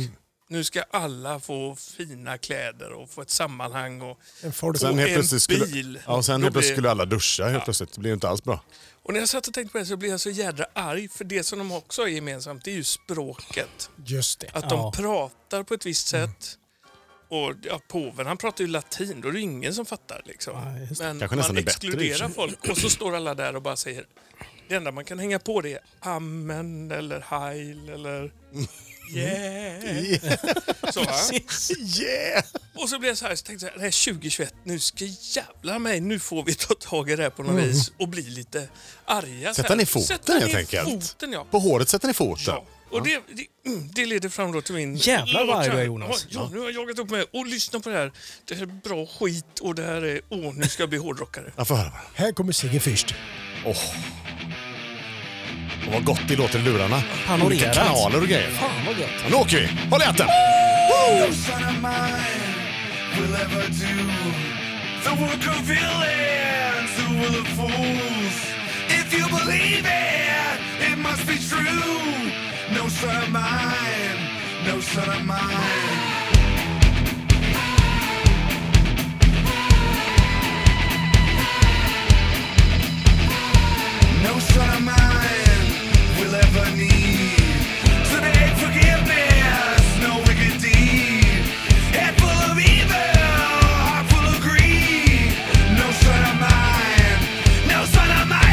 Speaker 3: Nu ska alla få fina kläder och få ett sammanhang. Och,
Speaker 4: En folk...
Speaker 2: Sen
Speaker 3: Och
Speaker 2: helt
Speaker 3: en
Speaker 2: plötsligt skulle,
Speaker 3: bil.
Speaker 2: ja, och sen
Speaker 3: Då
Speaker 2: helt plötsligt
Speaker 3: blir-
Speaker 2: skulle alla duscha helt plötsligt. Det blir ju inte alls bra.
Speaker 3: och när jag satt och tänkte på det så blev jag så jädra arg. För det som de också har gemensamt det är ju språket.
Speaker 4: Just det.
Speaker 3: Att
Speaker 1: Ja.
Speaker 3: de pratar på ett visst sätt. Och ja, påven han pratar ju latin, då är det ju ingen som fattar. Liksom. Men
Speaker 2: Kanske nästan
Speaker 3: man
Speaker 2: är bättre liksom. i och för
Speaker 3: exkluderar
Speaker 2: sig.
Speaker 3: folk och så står alla där och bara säger det enda man kan hänga på det är amen eller heil eller yeah. Så, va?
Speaker 2: Yeah!
Speaker 3: och så blev jag så här, så tänkte jag, det här 2021, nu ska jävla mig, nu får vi ta tag i det här på något vis och bli lite arga. så
Speaker 2: Mm. Sätta
Speaker 3: här.
Speaker 2: ner foten,
Speaker 3: Sätta
Speaker 2: helt
Speaker 3: ner
Speaker 2: enkelt.
Speaker 3: Foten, ja.
Speaker 2: På håret sätter ni foten.
Speaker 3: Ja. Och det, det, mm, det leder fram då till min...
Speaker 1: Jävlar vad arg du är, Jonas.
Speaker 3: Ja, ja, nu har jag jagat upp mig. Och lyssna på det här. Det här är bra skit och det här är... Åh, nu ska jag bli hårdrockare.
Speaker 2: Jag får höra. bara.
Speaker 4: Här kommer Sigge först.
Speaker 2: Åh. Och vad gott det låter i lurarna. Olika
Speaker 1: Panorerat.
Speaker 2: kanaler och grejer.
Speaker 1: Fan vad gött.
Speaker 2: Ja, nu åker vi! Håll i hatten!
Speaker 7: no son of mine will ever do the work of villains who will of fools. If you believe it, it must be true. No son of mine, no son of mine. No son of mine will ever need today forgiveness, no wicked deed. Head full of evil, heart full of greed. No son of mine, no son of mine.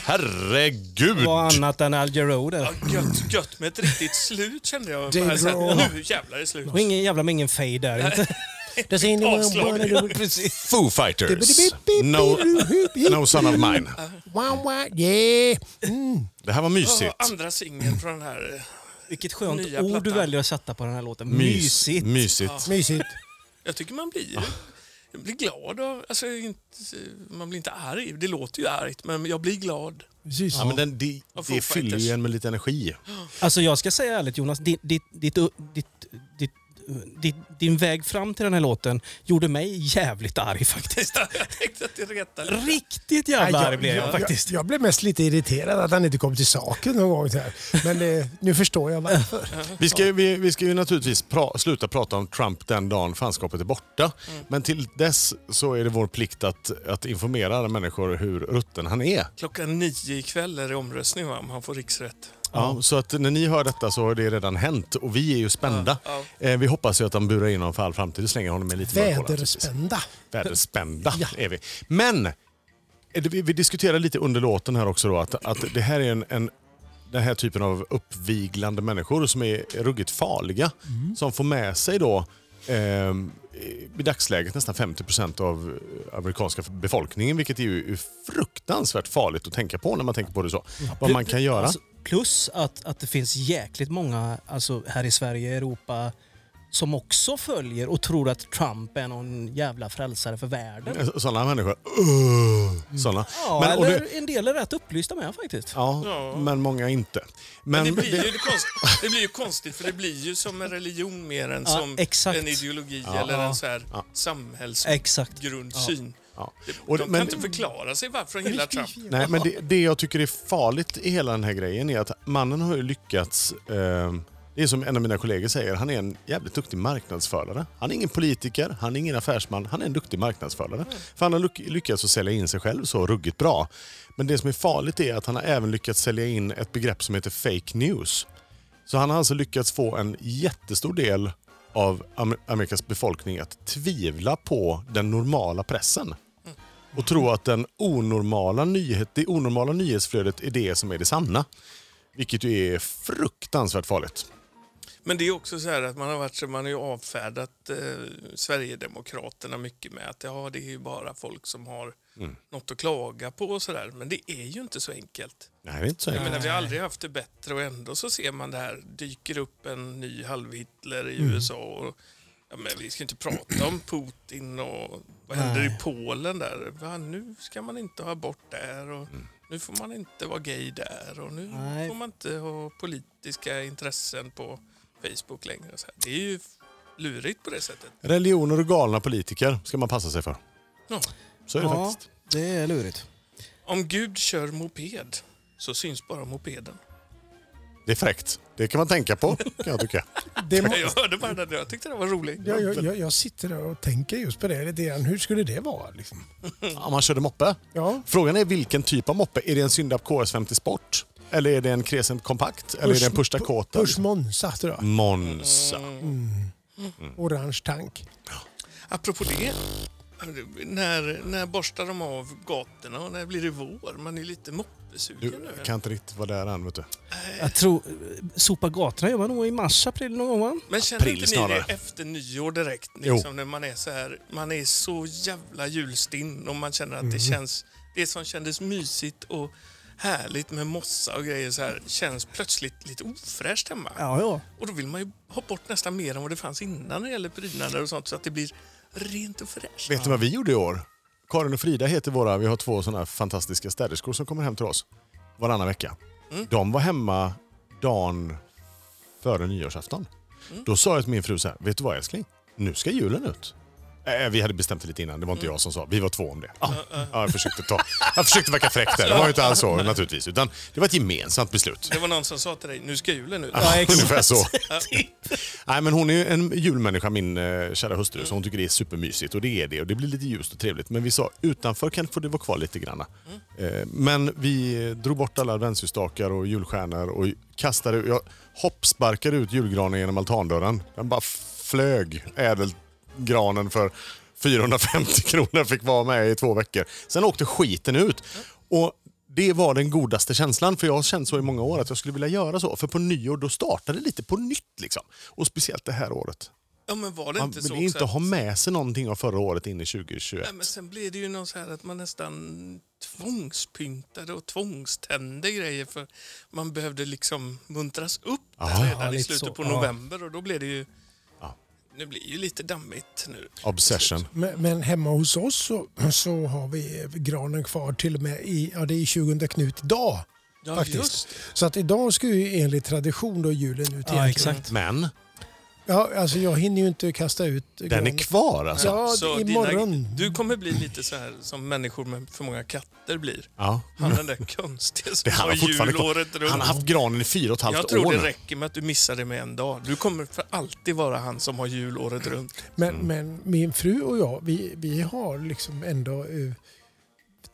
Speaker 2: herregud!
Speaker 1: Vad annat än Al Jarreau där.
Speaker 3: Ja, gött, gött med ett riktigt slut kände jag.
Speaker 4: Dave
Speaker 3: Bara så här,
Speaker 4: Grohl.
Speaker 3: Nu jävlar är det slut.
Speaker 1: Och ingen jävla med ingen fade där. Inte.
Speaker 4: Does anyone
Speaker 3: Avslag.
Speaker 4: wanna do it?
Speaker 2: Foo Fighters. No, no son of mine.
Speaker 4: Wow, wow, yeah. Mm.
Speaker 2: Det här var
Speaker 3: Ja,
Speaker 2: mysigt.
Speaker 3: andra singeln från den här. eh,
Speaker 1: Vilket skönt
Speaker 3: Nya
Speaker 1: ord du
Speaker 3: plattan.
Speaker 1: väljer att sätta på den här låten.
Speaker 2: Mys-
Speaker 1: Mysigt.
Speaker 2: Mysigt.
Speaker 4: Mysigt.
Speaker 3: Jag tycker man blir, jag blir glad av... Alltså, inte, man blir inte arg. Det låter ju argt, men jag blir glad.
Speaker 4: Precis.
Speaker 2: Ja, men den, det
Speaker 3: Och Foo
Speaker 2: det fyller
Speaker 3: Fighters.
Speaker 2: ju en med lite energi.
Speaker 1: Alltså jag ska säga ärligt Jonas, ditt, ditt, ditt, ditt, ditt, ditt, din väg fram till den här låten gjorde mig jävligt arg faktiskt.
Speaker 3: jag tänkte att det retar lite.
Speaker 1: Riktigt jävla arg blev jag faktiskt.
Speaker 4: Jag, jag blev mest lite irriterad att han inte kom till saken någon gång. Så här. Men eh, nu förstår jag varför.
Speaker 2: Vi ska, ju- vi, vi ska ju naturligtvis pra, sluta prata om Trump den dagen fanskapet är borta.
Speaker 3: Mm.
Speaker 2: Men till dess så är det vår plikt att, att informera alla människor hur rutten han är.
Speaker 3: Klockan nio ikväll är det omröstning va, om han får riksrätt.
Speaker 2: Ja, så att när ni hör detta så har det redan hänt och vi är ju spända.
Speaker 3: Ja,
Speaker 2: Eh, Vi hoppas ju att de burar in honom för all framtid och slänger honom med lite mörkhåla, naturligtvis.
Speaker 4: Väderspända.
Speaker 2: Väderspända är vi. Men! eh, det- Vi vi diskuterar lite under låten här också då att, att det här är en, en den här typen av uppviglande människor som är ruggigt farliga. Som får med sig då ehm, i dagsläget nästan 50 av eh, amerikanska befolkningen vilket är ju fruktansvärt farligt att tänka på när man tänker på det så. Vad man kan göra.
Speaker 1: Alltså, plus att, att det finns jäkligt många alltså, här i Sverige, Europa som också följer och tror att Trump är någon jävla frälsare för världen.
Speaker 2: Sådana Eh, människor. Uh, såna.
Speaker 1: Ja,
Speaker 2: Men- och
Speaker 1: eller
Speaker 2: det-
Speaker 1: en del är rätt upplysta med faktiskt.
Speaker 2: Ja,
Speaker 3: Ja.
Speaker 2: men många inte.
Speaker 3: Men det,
Speaker 2: Men
Speaker 3: blir
Speaker 2: det-
Speaker 3: ju konst, det blir ju konstigt för det blir ju som en religion mer än
Speaker 1: Ja,
Speaker 3: som
Speaker 1: exakt.
Speaker 3: en ideologi eller en så här
Speaker 1: Exakt.
Speaker 3: samhällsgrundsyn.
Speaker 2: Ja.
Speaker 3: De
Speaker 2: Och,
Speaker 3: kan
Speaker 2: men,
Speaker 3: inte förklara sig varför de gillar Trump.
Speaker 2: nej, men det, det jag tycker är farligt i hela den här grejen är att mannen har ju lyckats... Eh, det är som en av mina kollegor säger, han är en jävligt duktig marknadsförare. Han är ingen politiker, han är ingen affärsman, han är en duktig marknadsförare. För han har lyck- lyckats att sälja in sig själv så ruggigt bra. Men det som är farligt är att han har även lyckats sälja in ett begrepp som heter fake news. Så han har alltså lyckats få en jättestor del av Amer- Amerikas befolkning att tvivla på den normala pressen. Och tro att den onormala nyhet, det onormala nyhetsflödet är det som är det sanna. Vilket ju är fruktansvärt farligt.
Speaker 3: Men det är också så här att man har varit så man har ju avfärdat eh, Sverigedemokraterna mycket med att ja, det är ju bara folk som har något att klaga på och sådär. Men det är ju inte så enkelt.
Speaker 2: Nej, det är inte så
Speaker 3: Jag menar,
Speaker 2: enkelt.
Speaker 3: vi har aldrig haft det bättre och ändå så ser man det här. Dyker upp en ny halv-Hitler i USA. Och, ja, men vi ska inte prata om Putin och vad händer i Polen där. Va, nu ska man inte ha abort där och nu får man inte vara gay där och nu
Speaker 1: Nej.
Speaker 3: får man inte ha politiska intressen på Facebook längre. Så här. Det är ju lurigt på det sättet.
Speaker 2: Religioner och galna politiker ska man passa sig för.
Speaker 3: Ja.
Speaker 2: Så är det faktiskt.
Speaker 1: det är lurigt.
Speaker 3: Om Gud kör moped så syns bara mopeden.
Speaker 2: Det är fräckt. Det kan man tänka på, kan jag tycka.
Speaker 4: Det må-
Speaker 3: Jag hörde bara den, jag tyckte den var rolig.
Speaker 4: jag, jag, jag, jag sitter där och tänker just på det lite grann. Hur skulle det vara? Liksom?
Speaker 2: Om man körde moppe.
Speaker 4: Ja.
Speaker 2: Frågan är vilken typ av moppe. Är det en Syndab KS50 Sport? Eller är det en Crescent Compact? Eller är det en Push Dakota?
Speaker 4: Push Monza, tror jag.
Speaker 2: Monza.
Speaker 4: Orange tank.
Speaker 3: Apropå det. När, när borstar de av gatorna och när blir det vår? Man är lite moppesugen
Speaker 2: Du
Speaker 3: nu.
Speaker 2: kan inte riktigt vara där än, vet du.
Speaker 1: Jag tror, sopa gatorna gör man nog i mars, april någon gång va?
Speaker 3: Men känner
Speaker 2: april
Speaker 3: inte ni
Speaker 2: snarare.
Speaker 3: det efter nyår direkt?
Speaker 2: Jo.
Speaker 3: Liksom, när man är så här, man är så jävla julstinn och man känner att
Speaker 2: Mhm.
Speaker 3: det känns, det som kändes mysigt och härligt med mossa och grejer så här känns plötsligt lite ofräscht hemma.
Speaker 1: Ja, ja.
Speaker 3: Och då vill man ju ha bort nästan mer än vad det fanns innan när det gäller prydnader och sånt så att det blir rent och fräscht.
Speaker 2: Vet du vad vi gjorde i år? Karin och Frida heter våra. Vi har två sådana här fantastiska städerskor som kommer hem till oss varannan vecka. De var hemma dagen före nyårsafton. Då sa jag till min fru så här, vet du vad älskling? Nu ska julen ut. Äh, vi hade bestämt det lite innan, det var inte jag som sa. Vi var två om det. Ja, ja, jag, försökte ta, jag försökte verka fräck där, det var ju inte alls så naturligtvis. Utan det var ett gemensamt beslut.
Speaker 3: Det var någon som sa till dig, nu ska julen ut.
Speaker 2: Ungefär så. Nej, men hon är ju en julmänniska, min eh, kära hustru, så hon tycker det är supermysigt. Och det är det. Och det blir lite ljust och trevligt. Men vi sa utanför kan får det vara kvar lite granna. Eh, men vi eh, drog bort alla adventsljusstakar och julstjärnor och kastade... Jag hoppsparkade ut julgranen genom altandörren. Den bara flög, ädelgranen för 450 kronor fick vara med i två veckor. Sen åkte skiten ut. Och det var den godaste känslan, för jag har känt så i många år att jag skulle vilja göra så. För på nyår då startade det lite på nytt. Liksom. Och speciellt det här året.
Speaker 3: Ja, men var det
Speaker 2: Man
Speaker 3: inte så
Speaker 2: vill
Speaker 3: också?
Speaker 2: inte
Speaker 3: att-
Speaker 2: ha med sig någonting av förra året in i 2021.
Speaker 3: Nej, men sen blir det ju någon så här att man nästan tvångspyntade och tvångstände grejer för man behövde liksom muntras upp där redan i
Speaker 1: lite
Speaker 3: slutet
Speaker 1: så.
Speaker 3: på
Speaker 1: Ja.
Speaker 3: november och då blev det ju... Nu blir det ju lite dammigt nu.
Speaker 2: Obsession.
Speaker 4: Men, men hemma hos oss så, så har vi eh, granen kvar till och med i, ja, det är 20 Knut idag.
Speaker 3: Ja,
Speaker 4: faktiskt.
Speaker 3: just
Speaker 4: Så att idag ska ju enligt tradition då julen ut egentligen.
Speaker 1: Ja, exakt.
Speaker 2: Men
Speaker 4: Ja, alltså jag hinner ju inte kasta ut
Speaker 2: den är kvar alltså.
Speaker 4: Ja,
Speaker 3: Så
Speaker 4: det-
Speaker 3: dina-
Speaker 4: imorgon.
Speaker 3: du kommer bli lite så här som människor med för många katter blir.
Speaker 2: Ja.
Speaker 3: Han den där konstiga
Speaker 2: Det,
Speaker 3: som
Speaker 2: han,
Speaker 3: har
Speaker 2: har fortfarande
Speaker 3: jul
Speaker 2: kvar.
Speaker 3: året runt.
Speaker 2: han har haft granen i fyra och ett halvt
Speaker 3: jag tror
Speaker 2: år
Speaker 3: det
Speaker 2: nu.
Speaker 3: räcker med att du missar det med en dag. Du kommer för alltid vara han som har jul året runt.
Speaker 4: Men, men min fru och jag, vi, vi har liksom ändå eh,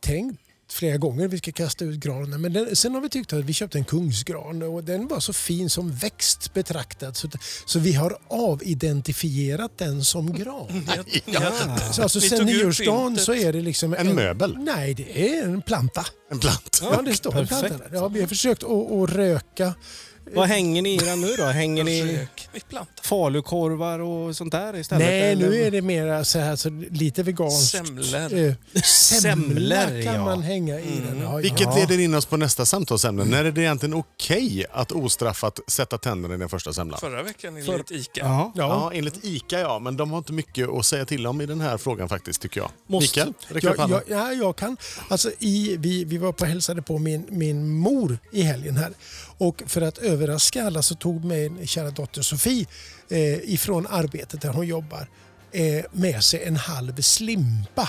Speaker 4: tänkt flera gånger att vi ska kasta ut granen. Men den, sen har vi tyckt att vi köpte en kungsgran och den var så fin som växt betraktad. Så, så vi har avidentifierat den som gran.
Speaker 3: Ja.
Speaker 4: Så alltså
Speaker 3: Ni
Speaker 4: sen
Speaker 3: tog ut
Speaker 4: nyårsdagen
Speaker 3: pyntet.
Speaker 4: så är det liksom...
Speaker 2: En möbel?
Speaker 4: Nej, det är en planta.
Speaker 2: En plant.
Speaker 4: Ja, det står en planta
Speaker 1: perfekt.
Speaker 4: där. Ja, vi har försökt att, att röka.
Speaker 1: Vad hänger ni i den nu då? Hänger ni
Speaker 3: Rök i plantan.
Speaker 1: falukorvar och sånt där istället?
Speaker 4: Nej,
Speaker 1: eller?
Speaker 4: nu är det mera så här, så lite veganskt.
Speaker 3: Semlor.
Speaker 4: Eh, Semlor
Speaker 1: Semlor,
Speaker 4: kan
Speaker 1: ja.
Speaker 4: man hänga i
Speaker 3: Mm.
Speaker 4: den. Ja,
Speaker 2: Vilket
Speaker 4: ja.
Speaker 2: leder in oss på nästa samtalsämne. När är det egentligen okej att ostraffat sätta tänderna i den första semlan?
Speaker 3: Förra veckan enligt ICA.
Speaker 1: Ja.
Speaker 2: Ja, enligt ICA ja, men de har inte mycket att säga till om i den här frågan faktiskt tycker jag.
Speaker 1: Måste-
Speaker 2: Mikael, räck
Speaker 4: Jag,
Speaker 2: upp handen.
Speaker 4: jag, ja, jag kan. Alltså, i, vi, vi var på och hälsade på min, min mor i helgen här. Och för att överraska alla så tog min kära dotter Sofie eh, ifrån arbetet där hon jobbar eh, med sig en halv slimpa.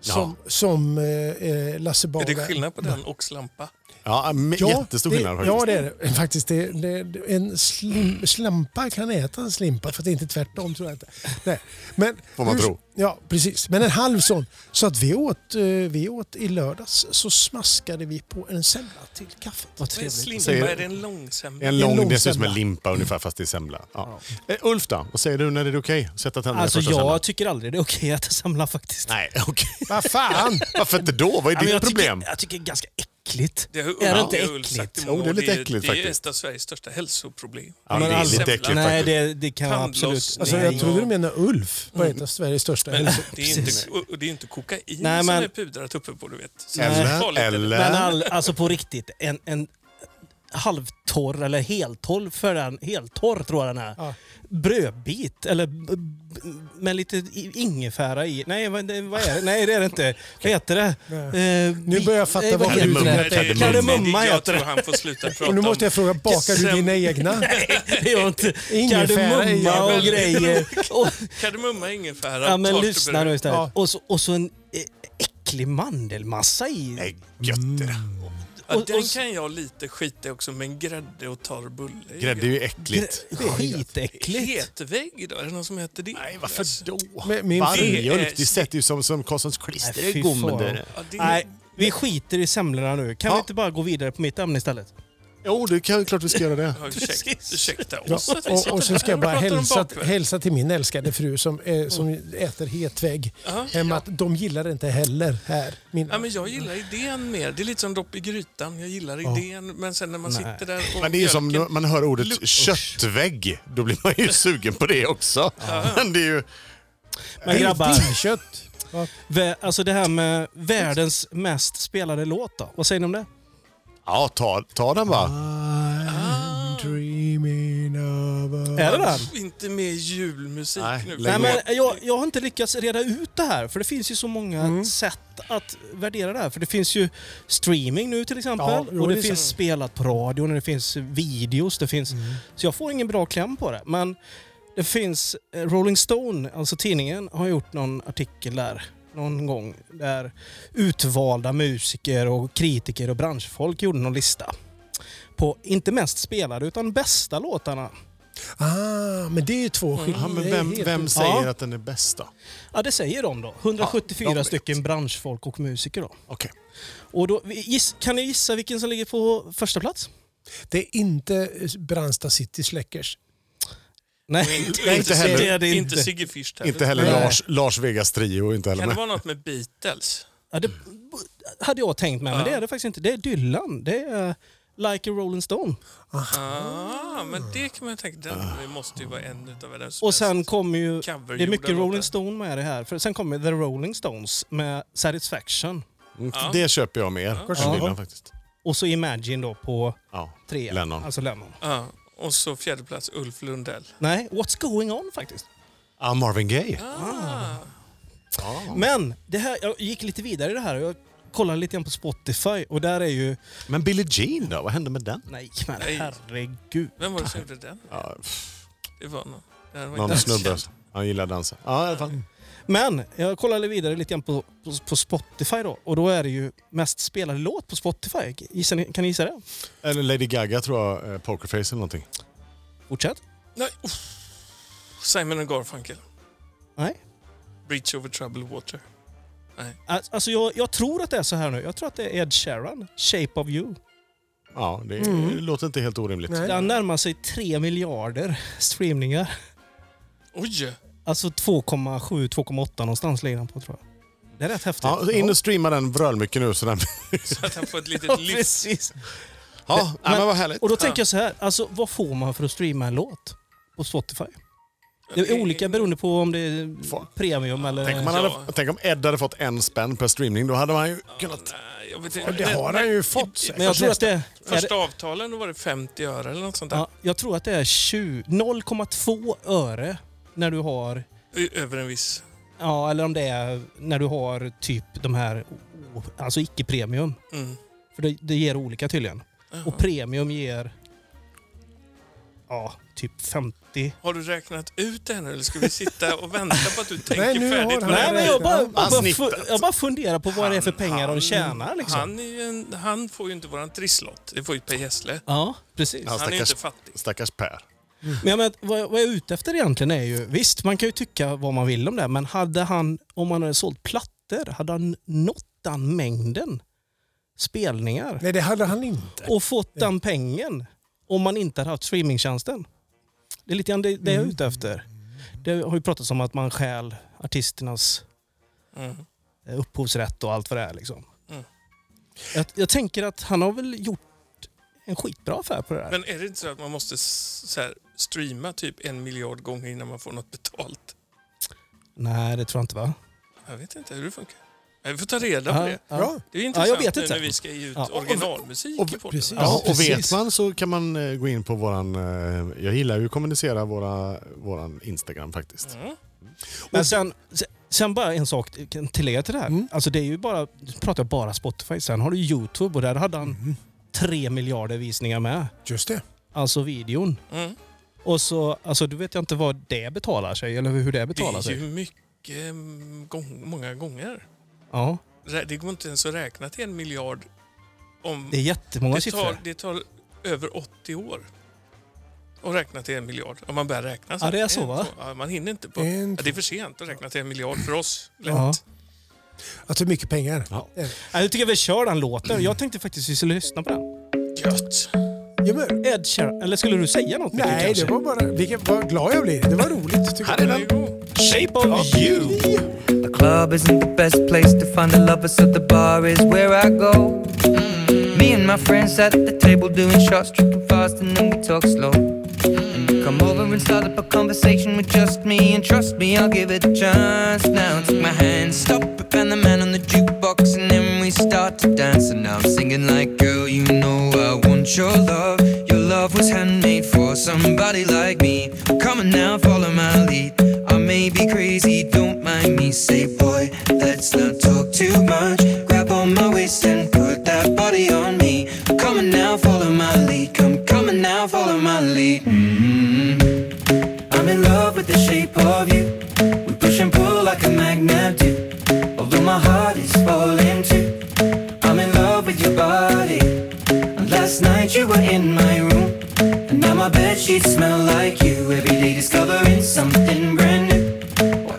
Speaker 4: Som, som eh, eh, Lasse
Speaker 3: Är
Speaker 4: Bagare...
Speaker 3: det skillnad på den och slampa?
Speaker 2: Ja, med jättestor
Speaker 4: det,
Speaker 2: skillnad
Speaker 4: Ja,
Speaker 2: faktiskt.
Speaker 4: det är det. faktiskt. Det, det, en slim, slampa kan äta en slimpa, för det är inte tvärtom tror jag inte. Nej. Men,
Speaker 2: Får man
Speaker 4: hur-
Speaker 2: tro.
Speaker 4: Ja, precis. Men en halv sån. Så att vi åt, eh, vi åt i lördags så smaskade vi på en semla till kaffet.
Speaker 1: Vad
Speaker 3: Vad är
Speaker 1: trevligt.
Speaker 3: slimpa?
Speaker 2: Säger-
Speaker 3: Är det en långsemla?
Speaker 2: En lång,
Speaker 4: lång
Speaker 2: det ser ut som
Speaker 4: semla.
Speaker 2: en limpa ungefär fast det är semla. Ja. Eh, Ulf då, vad säger du när är det okej att sätta tänderna
Speaker 1: Alltså
Speaker 2: i första semlan?
Speaker 1: jag tycker aldrig det är okej att samla faktiskt.
Speaker 2: Nej, okej.
Speaker 4: Vad fan!
Speaker 2: Varför inte då? Vad är
Speaker 1: Ja, men
Speaker 2: ditt
Speaker 1: jag
Speaker 2: problem?
Speaker 1: Tycker, jag tycker det är ganska äckligt.
Speaker 3: Det har
Speaker 1: är det
Speaker 3: Ulf-
Speaker 1: inte
Speaker 3: har Ulf sagt i
Speaker 1: äckligt?
Speaker 2: Jo,
Speaker 3: många
Speaker 2: det är
Speaker 3: år.
Speaker 2: lite äckligt
Speaker 3: Det är
Speaker 2: faktiskt.
Speaker 3: ett av Sveriges största hälsoproblem.
Speaker 2: Ja, det är
Speaker 1: all-
Speaker 2: lite
Speaker 3: semla.
Speaker 2: äckligt
Speaker 1: alltså- Nej,
Speaker 2: faktiskt.
Speaker 1: det, det kan jag absolut.
Speaker 3: Tandlossning.
Speaker 4: Alltså,
Speaker 1: nej.
Speaker 4: jag trodde du menade Ulf, var ett av Sveriges största
Speaker 3: Men
Speaker 4: hälso...
Speaker 3: det är, inte, och- och det är inte kokain
Speaker 1: Nej,
Speaker 3: som
Speaker 1: men-
Speaker 3: är pudrat uppe på, du vet. Så
Speaker 2: Eller,
Speaker 3: farligt är det.
Speaker 1: Men
Speaker 2: eller...
Speaker 1: all, alltså på riktigt, en, en halvtorr eller heltorr för den, heltorr tror jag den är.
Speaker 4: Ja.
Speaker 1: Brödbit eller b- b- med lite i- ingefära i. Nej, vad, det- vad är det? Nej, det är det inte. Vad heter det? Eh,
Speaker 4: Nu
Speaker 1: bit-
Speaker 4: börjar jag fatta
Speaker 1: nej,
Speaker 4: vad du
Speaker 1: heter
Speaker 2: Kardemumma.
Speaker 1: det?
Speaker 3: Nej, det är-
Speaker 1: Kardemumma
Speaker 3: Jag
Speaker 1: heter
Speaker 3: tror
Speaker 1: det.
Speaker 3: han får sluta prata
Speaker 4: Och nu måste jag
Speaker 3: om-
Speaker 4: fråga, bakar du
Speaker 3: Sem-
Speaker 4: dina egna?
Speaker 1: Det gör inte.
Speaker 4: Ingefära är
Speaker 1: Kardemumma
Speaker 4: jävla-
Speaker 1: och grejer. Och,
Speaker 3: Kardemumma, ingefära,
Speaker 1: ja, men
Speaker 3: torrt
Speaker 1: lyssna
Speaker 3: bröd.
Speaker 1: nu istället.
Speaker 4: Ja.
Speaker 1: Och, så, och så en eh, äcklig mandelmassa i.
Speaker 2: Nej, gött är det.
Speaker 3: Ja,
Speaker 1: Och-
Speaker 3: den
Speaker 1: och s-
Speaker 3: kan jag lite skita i också, men grädde och torr bulle. är
Speaker 2: Grädde är ju äckligt.
Speaker 1: Skitäckligt.
Speaker 3: Hetvägg då? Är det någon som heter det?
Speaker 2: Nej, varför då?
Speaker 4: Men min
Speaker 2: Varm
Speaker 3: fru-
Speaker 2: mjölk, det sätter ju som, som Karlssons klister
Speaker 1: Nej, fy
Speaker 2: i gommen.
Speaker 1: fan.
Speaker 2: där.
Speaker 3: Ja, det
Speaker 1: Nej, vi skiter i semlorna nu. Kan vi
Speaker 2: Ja.
Speaker 1: inte bara gå vidare på mitt ämne istället?
Speaker 2: Jo, det kan klart vi ska göra det.
Speaker 3: Ja, ursäkta,
Speaker 1: Precis.
Speaker 3: ursäkta
Speaker 4: Ja,
Speaker 3: oss att vi
Speaker 4: och,
Speaker 3: sitter
Speaker 4: och sen ska
Speaker 3: här
Speaker 4: jag bara
Speaker 3: pratar om Mm.
Speaker 4: hälsa,
Speaker 3: bakverk.
Speaker 4: hälsa till min älskade fru som, eh, som äter hetvägg. Hemma, att de gillar det inte heller här. Min,
Speaker 3: Ja, men jag gillar idén mer. Det är lite som dopp i grytan. Jag gillar idén, men sen när man sitter där och
Speaker 2: Men det är ju som
Speaker 3: mjölken-
Speaker 2: när man hör ordet
Speaker 3: Lu-
Speaker 2: köttvägg, då blir man ju sugen på det också. Men det är ju...
Speaker 1: Men grabbar,
Speaker 4: Kött. Ja.
Speaker 1: vä- alltså det här med världens mest spelade låt då. Vad säger ni om det?
Speaker 2: Ja, ta, ta den bara.
Speaker 4: Ah,
Speaker 3: Ah.
Speaker 1: Är det den?
Speaker 3: Inte mer julmusik
Speaker 2: Nej,
Speaker 3: nu.
Speaker 2: lägg
Speaker 1: Nej,
Speaker 2: av.
Speaker 1: men jag, jag har inte lyckats reda ut det här, för det finns ju så många
Speaker 4: Mm.
Speaker 1: sätt att värdera det här. För det finns ju streaming nu till exempel,
Speaker 4: Ja, jo,
Speaker 1: och det,
Speaker 4: det är
Speaker 1: finns spelat på radion, och det finns videos. Det finns,
Speaker 4: Mm.
Speaker 1: Så jag får ingen bra kläm på det. Men det finns, eh, Rolling Stone, alltså tidningen, har gjort någon artikel där någon gång där utvalda musiker och kritiker och branschfolk gjorde någon lista på, inte mest spelade, utan bästa låtarna.
Speaker 4: Ah, men det är ju två
Speaker 2: Ja,
Speaker 4: skillnader.
Speaker 2: men
Speaker 4: Det är
Speaker 2: vem,
Speaker 4: helt-
Speaker 2: vem säger
Speaker 1: Ja.
Speaker 2: att den är bäst då?
Speaker 1: Ja, det säger de då. 174
Speaker 2: Ja, de vet.
Speaker 1: stycken branschfolk och musiker då.
Speaker 2: Okej.
Speaker 1: Och då giss, kan ni gissa vilken som ligger på första plats?
Speaker 4: Det är inte Brandsta City Släckers.
Speaker 1: Nej,
Speaker 3: Inte,
Speaker 2: Nej, inte heller.
Speaker 1: Det är det
Speaker 3: inte
Speaker 1: inte.
Speaker 3: Sigge Fisch
Speaker 2: Inte heller Lars, Lars Vegas trio, inte heller
Speaker 3: Kan det
Speaker 2: med.
Speaker 3: vara något med Beatles?
Speaker 1: Ja, det hade jag tänkt med, men det är det faktiskt inte. Det är Dylan. Det är Like a Rolling Stone.
Speaker 3: Ah, men det kan man ju tänka.
Speaker 2: Ah.
Speaker 3: Den det måste ju vara en utav världens
Speaker 1: Och sen
Speaker 3: bästa.
Speaker 1: kommer ju...
Speaker 3: Covergjorda
Speaker 1: Det är mycket
Speaker 3: låtar.
Speaker 1: Rolling Stone med det här. För sen kommer The Rolling Stones med Satisfaction.
Speaker 2: Mm, Det köper jag mer än
Speaker 1: Ja.
Speaker 2: Dylan faktiskt.
Speaker 1: Och så Imagine då på
Speaker 2: Ja.
Speaker 1: tre.
Speaker 2: Lennon.
Speaker 1: Alltså Lennon.
Speaker 3: Ja, Ah, och så fjärde plats Ulf Lundell.
Speaker 1: Nej, What's Going On faktiskt.
Speaker 2: Ah, Marvin Gaye.
Speaker 3: Ah.
Speaker 1: Men det här, jag gick lite vidare i det här. och Jag kollade lite grann på Spotify och där är ju...
Speaker 2: Men Billie Jean då? Vad hände med den?
Speaker 1: Nej, men
Speaker 3: Nej.
Speaker 1: herregud.
Speaker 3: Vem var det som gjorde den?
Speaker 2: Ja, pff,
Speaker 3: Det var någon. Det här var
Speaker 2: någon
Speaker 3: inte- Mm.
Speaker 2: snubbe. Han gillar att dansa. Ja, i alla fall.
Speaker 1: Men jag kollade vidare lite grann på, på, på Spotify då och då är det ju mest spelade låt på Spotify. Gissar ni, kan ni gissa det?
Speaker 2: Eller Lady Gaga tror jag. eh, Pokerface eller någonting.
Speaker 1: Fortsätt.
Speaker 3: Nej, uff. Simon and Garfunkel.
Speaker 1: Nej.
Speaker 3: Breach over troubled water.
Speaker 1: Al- Alltså jag, jag tror att det är så här nu. Jag tror att det är Ed Sheeran, Shape of You.
Speaker 2: Ja, det
Speaker 3: Mm.
Speaker 2: låter inte helt orimligt.
Speaker 4: Nej.
Speaker 1: Den närmar sig 3 miljarder streamningar.
Speaker 3: Oj!
Speaker 1: Alltså 2,7-2,8 någonstans ligger den på tror jag. Det är rätt häftigt.
Speaker 2: Ja, så in och streama den brölmycket nu. Så den...
Speaker 3: Så att han får ett litet
Speaker 1: Ja,
Speaker 3: lyft.
Speaker 1: precis.
Speaker 2: ja, men, men vad härligt.
Speaker 1: Och då tänker jag så här, alltså vad får man för att streama en låt på Spotify? Det är olika beroende på om det är
Speaker 2: Fan.
Speaker 1: premium eller...
Speaker 2: Tänk om, man
Speaker 3: Ja.
Speaker 2: hade, tänk om Ed hade fått en spänn per streamning. Då hade man ju kunnat...
Speaker 3: Nej, jag vet inte.
Speaker 2: Det har han ju fått
Speaker 1: Men
Speaker 2: säkert.
Speaker 1: jag tror att det är...
Speaker 3: Första avtalen då var det 50 öre eller något sånt där.
Speaker 1: Ja, jag tror att det är 20 0,2 öre när du har...
Speaker 3: Ö- Över en viss...
Speaker 1: Ja, eller om det är när du har typ de här... o- Alltså icke-premium.
Speaker 3: Mm.
Speaker 1: För det, det ger olika tydligen. Och premium ger... Ja, typ 50.
Speaker 3: Har du räknat ut det här nu eller ska vi sitta och vänta på att du tänker
Speaker 4: Nej, nu har
Speaker 3: färdigt?
Speaker 4: den-
Speaker 3: vad det
Speaker 1: Nej,
Speaker 3: är?
Speaker 1: men jag bara, jag bara,
Speaker 2: Han snittar
Speaker 1: fu- jag bara funderar på vad det är för
Speaker 3: Han-
Speaker 1: pengar de
Speaker 3: han-
Speaker 1: tjänar. Liksom.
Speaker 3: han, är ju en, han får ju inte våran trisslott. Det får ju Per Gessle.
Speaker 1: Ja, precis.
Speaker 2: Ja,
Speaker 3: Han är ju
Speaker 2: stackars,
Speaker 3: inte fattig.
Speaker 2: stackars Per.
Speaker 1: Men jag menar, vad, jag, vad jag är ute efter egentligen är ju, visst man kan ju tycka vad man vill om det, men hade han, om han hade sålt plattor, hade han nått den mängden spelningar
Speaker 4: Nej, det hade han inte.
Speaker 1: och fått den pengen om man inte hade haft streamingtjänsten? Det är lite grann det, det
Speaker 3: Mm.
Speaker 1: jag är ute efter. Det har ju pratats om att man stjäl artisternas
Speaker 3: Mm.
Speaker 1: eh, upphovsrätt och allt vad det är. Liksom.
Speaker 3: Mm.
Speaker 1: Jag, jag tänker att han har väl gjort en skitbra affär på det här.
Speaker 3: Men är det inte så att man måste s- så här, streama typ en miljard gånger innan man får något betalt?
Speaker 1: Nej, det tror jag inte va?
Speaker 3: Jag vet inte hur det funkar. Nej, Vi får ta reda på
Speaker 1: Ja,
Speaker 3: det.
Speaker 1: ja.
Speaker 3: Det är ju
Speaker 1: Ja,
Speaker 3: intressant
Speaker 1: jag vet
Speaker 3: nu
Speaker 1: inte.
Speaker 3: när vi ska ge ut
Speaker 1: Ja.
Speaker 3: originalmusik
Speaker 2: Och-
Speaker 3: i podden.
Speaker 4: precis.
Speaker 2: Ja, och
Speaker 1: precis.
Speaker 2: vet man så kan man eh, gå in på våran... eh, Jag gillar ju att kommunicera våra, våran Instagram faktiskt.
Speaker 3: Mm.
Speaker 1: Men sen, sen- sen bara en sak kan tillägga till det här. Alltså det är ju bara, nu pratar jag bara Spotify, sen har du Youtube och där hade han tre miljarder visningar med.
Speaker 4: Just det.
Speaker 1: Alltså videon.
Speaker 3: Mm.
Speaker 1: Och så, alltså du vet jag inte vad det betalar sig eller hur det
Speaker 3: Det
Speaker 1: betalar
Speaker 3: är
Speaker 1: sig.
Speaker 3: ju mycket, mm, gång, många gånger.
Speaker 1: Ja,
Speaker 3: Rä- Det går inte ens att räkna till en miljard. Om
Speaker 1: det är jättemånga
Speaker 3: det,
Speaker 1: siffror.
Speaker 3: tar, det tar över 80 år att räkna till en miljard. Om man börjar räkna.
Speaker 1: Ja, det är så, va?
Speaker 3: Ja, man hinner inte. på.
Speaker 4: En,
Speaker 3: Ja, det är för sent att räkna till en miljard för oss. Lätt.
Speaker 1: Ja.
Speaker 4: Att det är Alltså, mycket pengar.
Speaker 1: Nej, Jag tycker vi kör den låten. Jag tänkte faktiskt vi skulle lyssna på den.
Speaker 3: Gött!
Speaker 4: Ja, men,
Speaker 1: Ed Sheeran, eller skulle du säga något? Micke,
Speaker 4: nej,
Speaker 1: kanske?
Speaker 4: det var bara... Vilken, vad glad jag blir. Det var roligt. Tycker jag.
Speaker 1: Shape of you!
Speaker 8: The club isn't the best place to find a lover, so the bar is where I go. Me and my friends at the table doing shots, tripping fast, and then we talk slow. And you come over and start up a conversation with just me, and trust me, I'll give it a chance. Now take my hand, stop it, and the man on the jukebox, and then we start to dance. And I'm singing like, girl, you know I want your love. Your love was handmade for somebody like me. Come on now, follow my lead. I may be crazy, don't mind me. Say, boy, let's not talk too much. Grab on my waist and put that body on me. Come on now, follow my lead. Come, come on now, follow my lead. Mm. I'm in love with the shape of you. We push and pull like a magnet do. Although my heart is falling too. I'm in love with your body. And last night you were in my room. And now my bed sheets smell like you. Every day discovering something brand new.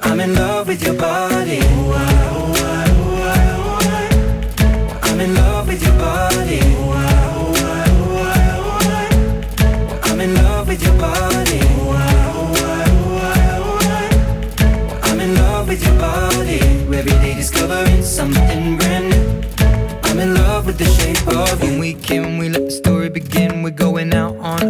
Speaker 8: I'm in love with your body. Oh, I, oh, I, oh, I, oh, I. ah. I'm in love with your body. Oh, I, oh, I, oh, I, oh, I. I'm in love with your body. Oh, I, oh, I, oh, I, oh, I. I'm in love with your body. Every day discovering something brand new. Mm.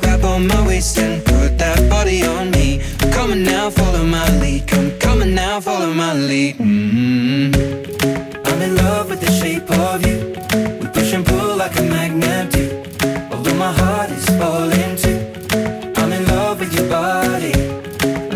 Speaker 8: Grab on my waist and put that body on me. Come on now, follow my lead. Come, come on now, follow my lead. mm I'm in love with the shape of you. We push and pull like a magnet do. Although my heart is falling too. I'm in love with your body.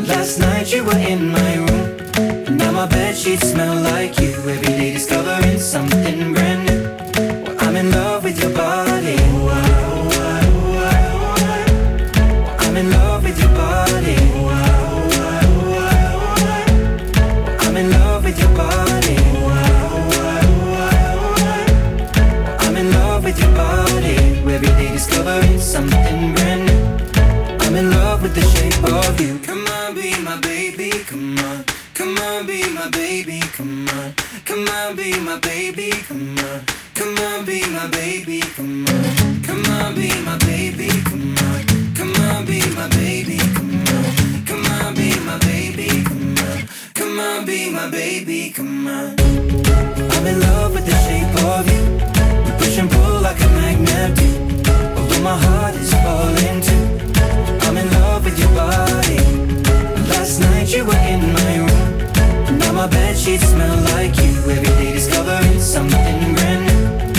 Speaker 8: Last night you were in my room. And now my bed sheets smell like you. Every day discovering something brand new. Well, I'm in love with your body. Ooh, ah, ooh, ah, ooh, ah, ooh, ah. Well, I'm in love with your body. Ooh, ah, ooh, ah, ooh, ah, ooh, ah. Well, I'm in love with your body. Ooh, ah, ooh, ah, ooh, ah, ooh, ah. Well, I'm in love with your body. Every day discovering something brand new. I'm in love with the shape of you. Come on, be my baby, come on. Come on, be my baby, come on. Come on, be my baby, come on. Come on, be my baby, come on. Come on, be my baby, come on. Come on, be my baby, come on. Come on, be my baby, come on. Come on, be my baby, come on. I'm in love with the shape of you. We push and pull like a magnet do. Although my heart is falling too. I'm in love with your body. Last night you were in my room. Now my bed sheets smell like you. Every day discovering something brand new.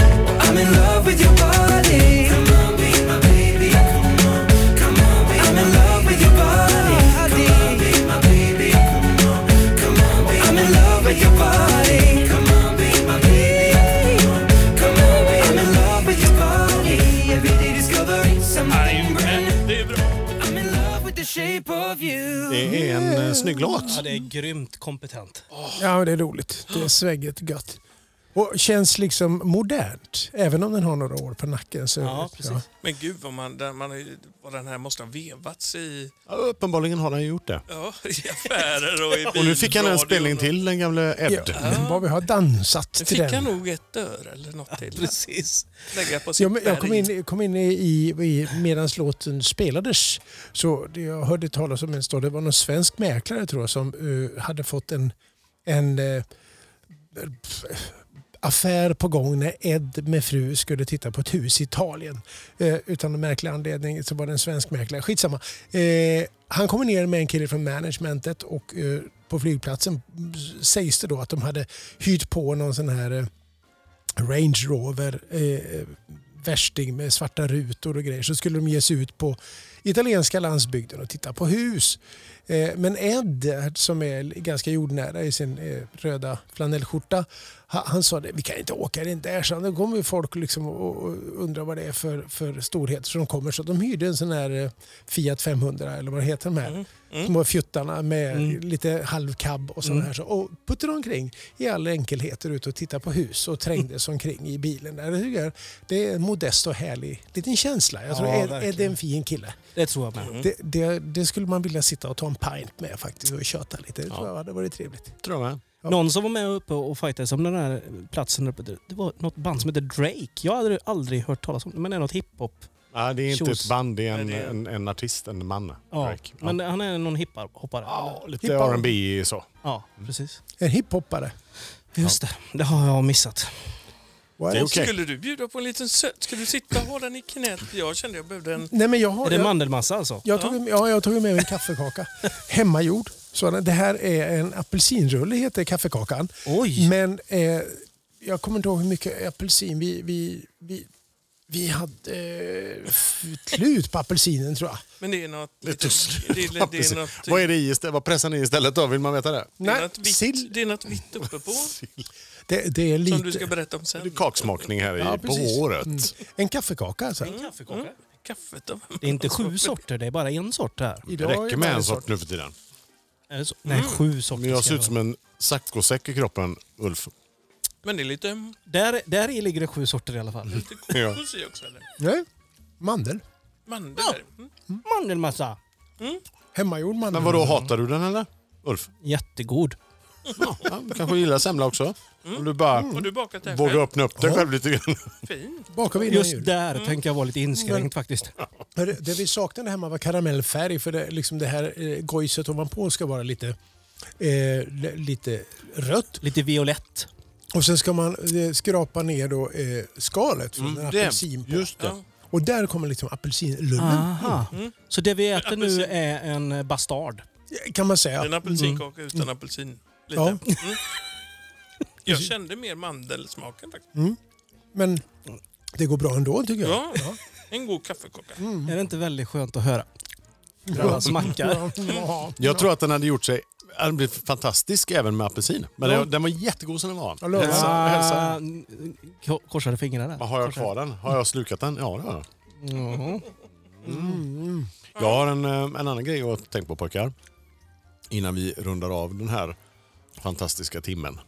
Speaker 8: I'm in love with your body. Come on, be my baby. Come on, come on, be I'm in love with your body. Come on, be my baby. Come on, come on, be I'm in love with your body. Come on, be my baby. Come on, come on, be I'm in love with your body. Every day discovering something brand new.
Speaker 3: Det är bra.
Speaker 8: I'm in love with the shape of you.
Speaker 2: Det är en eh, snygg låt.
Speaker 1: Ja, det är grymt kompetent.
Speaker 4: Ja, men det är roligt. Det är svägget gött. Och känns liksom modernt. Även om den har några år på nacken. Så,
Speaker 1: Ja, precis.
Speaker 3: Men gud vad, man, den- man, har- vad den här måste ha vevats i,
Speaker 2: Ja, uppenbarligen har den gjort det.
Speaker 3: ja, i affärer och i
Speaker 2: Och nu fick han en
Speaker 3: bilradion.
Speaker 2: spelning till, den gamle
Speaker 4: Ja,
Speaker 2: Ed.
Speaker 4: Vad vi har dansat
Speaker 3: Nu
Speaker 4: till
Speaker 3: fick
Speaker 4: den.
Speaker 3: han nog ett öre eller något till.
Speaker 1: Precis.
Speaker 3: Lägga på sitt
Speaker 4: Jag, jag kom
Speaker 3: berg.
Speaker 4: in, kom in i, i medan låten spelades. Så det- jag hörde talas om en story. Det var någon svensk mäklare tror jag som eh, hade fått en, en eh, pff, affär på gång när Ed med fru skulle titta på ett hus i Italien. Eh, utan någon märklig anledning så var det en svensk mäklare. Skitsamma. Eh, han kommer ner med en kille från managementet och eh, på flygplatsen sägs det då att de hade hyrt på någon sån här eh, Range Rover eh, värsting med svarta rutor och grejer så skulle de ge sig ut på italienska landsbygden och titta på hus. Eh, Men Ed, som är ganska jordnära i sin eh, röda flanellskjorta, ha- han sa det, vi kan inte åka in där, så då kommer ju folk liksom och och undrar vad det är för, för storheter som kommer. Så de hyrde en sån här eh, Fiat 500, eller vad det heter de här,
Speaker 1: Mm,
Speaker 4: som var fjuttarna med lite halvkabb och
Speaker 1: Mm.
Speaker 4: sådana här. Så, och puttade omkring i all enkelhet ut och tittade på hus och trängdes omkring i bilen. Där. Det tycker jag- Det är en modest och härlig liten känsla. Jag tror,
Speaker 1: Ja,
Speaker 4: är, är det
Speaker 1: verkligen.
Speaker 4: en fin kille?
Speaker 1: Det tror jag med.
Speaker 4: Det, det, det skulle man vilja sitta och ta en pint med faktiskt och köta lite. Det tror jag hade varit trevligt.
Speaker 2: Tror jag med.
Speaker 1: Någon som var med uppe och fightades om den här platsen uppe, det det var något band som heter Drake. Jag hade aldrig hört talas om det, men det är något hiphop.
Speaker 2: Ja, det är inte
Speaker 1: Tjos.
Speaker 2: ett band, det är en,
Speaker 3: Nej, det är-
Speaker 2: en, en artist, en man.
Speaker 1: Ja.
Speaker 2: Drake.
Speaker 1: Men han är någon hiphoppare. eller?
Speaker 2: ja, Mm. lite
Speaker 4: Hiphop.
Speaker 2: R&B så.
Speaker 1: Ja, precis.
Speaker 4: En hiphoppare.
Speaker 1: Just det, det har jag missat.
Speaker 2: Det är okej.
Speaker 3: Skulle du bjuda på en liten söt? Skulle du sitta och ha den i knät? Jag kände jag behövde en...
Speaker 4: Nej, men jag har,
Speaker 1: Är det
Speaker 4: jag-
Speaker 1: mandelmassa alltså?
Speaker 4: Jag tog, ja, jag tog med mig en kaffekaka. Hemmagjord. Så det här är en apelsinrulle heter kaffekakan.
Speaker 2: Mm.
Speaker 1: Oj.
Speaker 4: Men eh, jag kommer inte ihåg hur mycket apelsin vi... vi, vi vi hade eh, f- slut på apelsinen tror jag.
Speaker 3: Men det är något... Det
Speaker 2: Lite slut.
Speaker 3: Det, är- det
Speaker 2: Precis.
Speaker 3: är något... typ-
Speaker 2: Vad är det i istället? Vad pressar ni istället då? Vill man veta det?
Speaker 3: Det är,
Speaker 4: Nej,
Speaker 3: något vitt,
Speaker 4: sill.
Speaker 3: det är något vitt uppe på som
Speaker 4: Det, det är lite...
Speaker 3: du ska berätta om sen.
Speaker 2: Det är kaksmakning här i,
Speaker 4: Ja,
Speaker 2: på
Speaker 4: precis.
Speaker 2: håret.
Speaker 4: Mm. En kaffekaka alltså.
Speaker 1: Kaffekaka.
Speaker 3: Kaffet då?
Speaker 1: Det är inte
Speaker 2: Mm.
Speaker 1: sju sorter, det är bara en sort här.
Speaker 2: Det
Speaker 4: Idag är
Speaker 2: räcker
Speaker 4: bara
Speaker 2: med en sort nu för tiden.
Speaker 1: Är det så? Nej, sju sorter.
Speaker 2: Men Mm. jag
Speaker 1: ska
Speaker 2: ser
Speaker 1: det
Speaker 2: ut som en saccosäck i kroppen, Ulf.
Speaker 3: Men det är lite...
Speaker 1: vara. Där, där i ligger det sju sorter i alla
Speaker 2: Mm.
Speaker 1: fall.
Speaker 3: lite
Speaker 2: Ja.
Speaker 3: kokos i också eller?
Speaker 4: Nej, mandel.
Speaker 3: Mandel. Mm.
Speaker 1: Mandelmassa!
Speaker 4: Hemmagjord man.
Speaker 2: Men vadå, hatar du den eller? Ulf?
Speaker 1: Jättegod.
Speaker 2: Ja, du kanske gillar semla också? Om du bara
Speaker 3: Har du bakat det här
Speaker 2: vågar
Speaker 3: själv?
Speaker 2: öppna upp dig själv lite grann.
Speaker 3: Fin.
Speaker 4: Bakar vi innan
Speaker 1: Just
Speaker 4: jul.
Speaker 1: där
Speaker 2: Mm.
Speaker 1: tänkte jag vara lite inskränkt faktiskt.
Speaker 4: Hörru, Det vi saknade hemma var karamellfärg för det, liksom det här eh, gojset ovanpå ska vara lite, eh, li- lite rött.
Speaker 1: Lite violett.
Speaker 4: Och sen ska man eh, skrapa ner då, eh, skalet från en apelsin på.
Speaker 2: Just Mm, det. Ah.
Speaker 3: Ja.
Speaker 4: Och där kommer liksom apelsinlullen
Speaker 1: Aha.
Speaker 2: Mm.
Speaker 1: Så det vi äter nu är en eh, bastard.
Speaker 4: kan man
Speaker 3: Det är En
Speaker 4: säga.
Speaker 3: apelsinkaka utan apelsin. Lite.
Speaker 4: Ja.
Speaker 3: Mm. Jag kände mer mandelsmaken faktiskt.
Speaker 4: Men det går bra ändå tycker jag.
Speaker 3: Ja. En god kaffekaka.
Speaker 2: Mm.
Speaker 1: Är det inte väldigt skönt att höra? När man smackar.
Speaker 4: Ja.
Speaker 2: Jag tror att den hade gjort sig... Den hade blivit fantastisk även med apelsin. Men den, den var jättegod som den var.
Speaker 4: Jag lovar.
Speaker 2: Hälsa, hälsa.
Speaker 1: Ah, Ko- Korsade fingrarna där.
Speaker 2: Men Har jag kvar den? Har jag slukat den? Ja, det har jag.
Speaker 1: Mhm.
Speaker 2: Jag har en, eh, en annan grej att tänka på pojkar. Innan vi rundar av den här fantastiska timmen.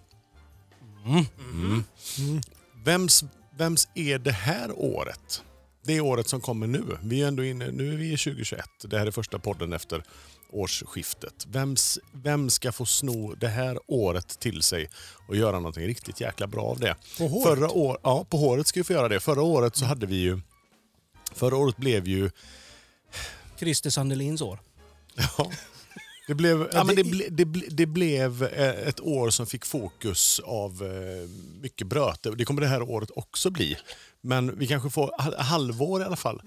Speaker 2: Mm. Vems, vems är det här året? Det är året som kommer nu. Vi är ändå inne, nu är vi i 2021. Det här är första podden efter årsskiftet. Vems, vem ska få sno det här året till sig och göra någonting riktigt jäkla bra av det?
Speaker 4: På håret?
Speaker 2: Förra år, ja, på håret ska vi få göra det. Förra året så hade vi ju... Förra året blev ju...
Speaker 1: Christer Sandelins år.
Speaker 2: Ja. Det blev, ja, men
Speaker 4: det-
Speaker 2: det, ble, det, ble, det blev eh, ett år som fick fokus av eh, mycket bröte. Det kommer det här året också bli. Men vi kanske får hal- halvår i alla fall.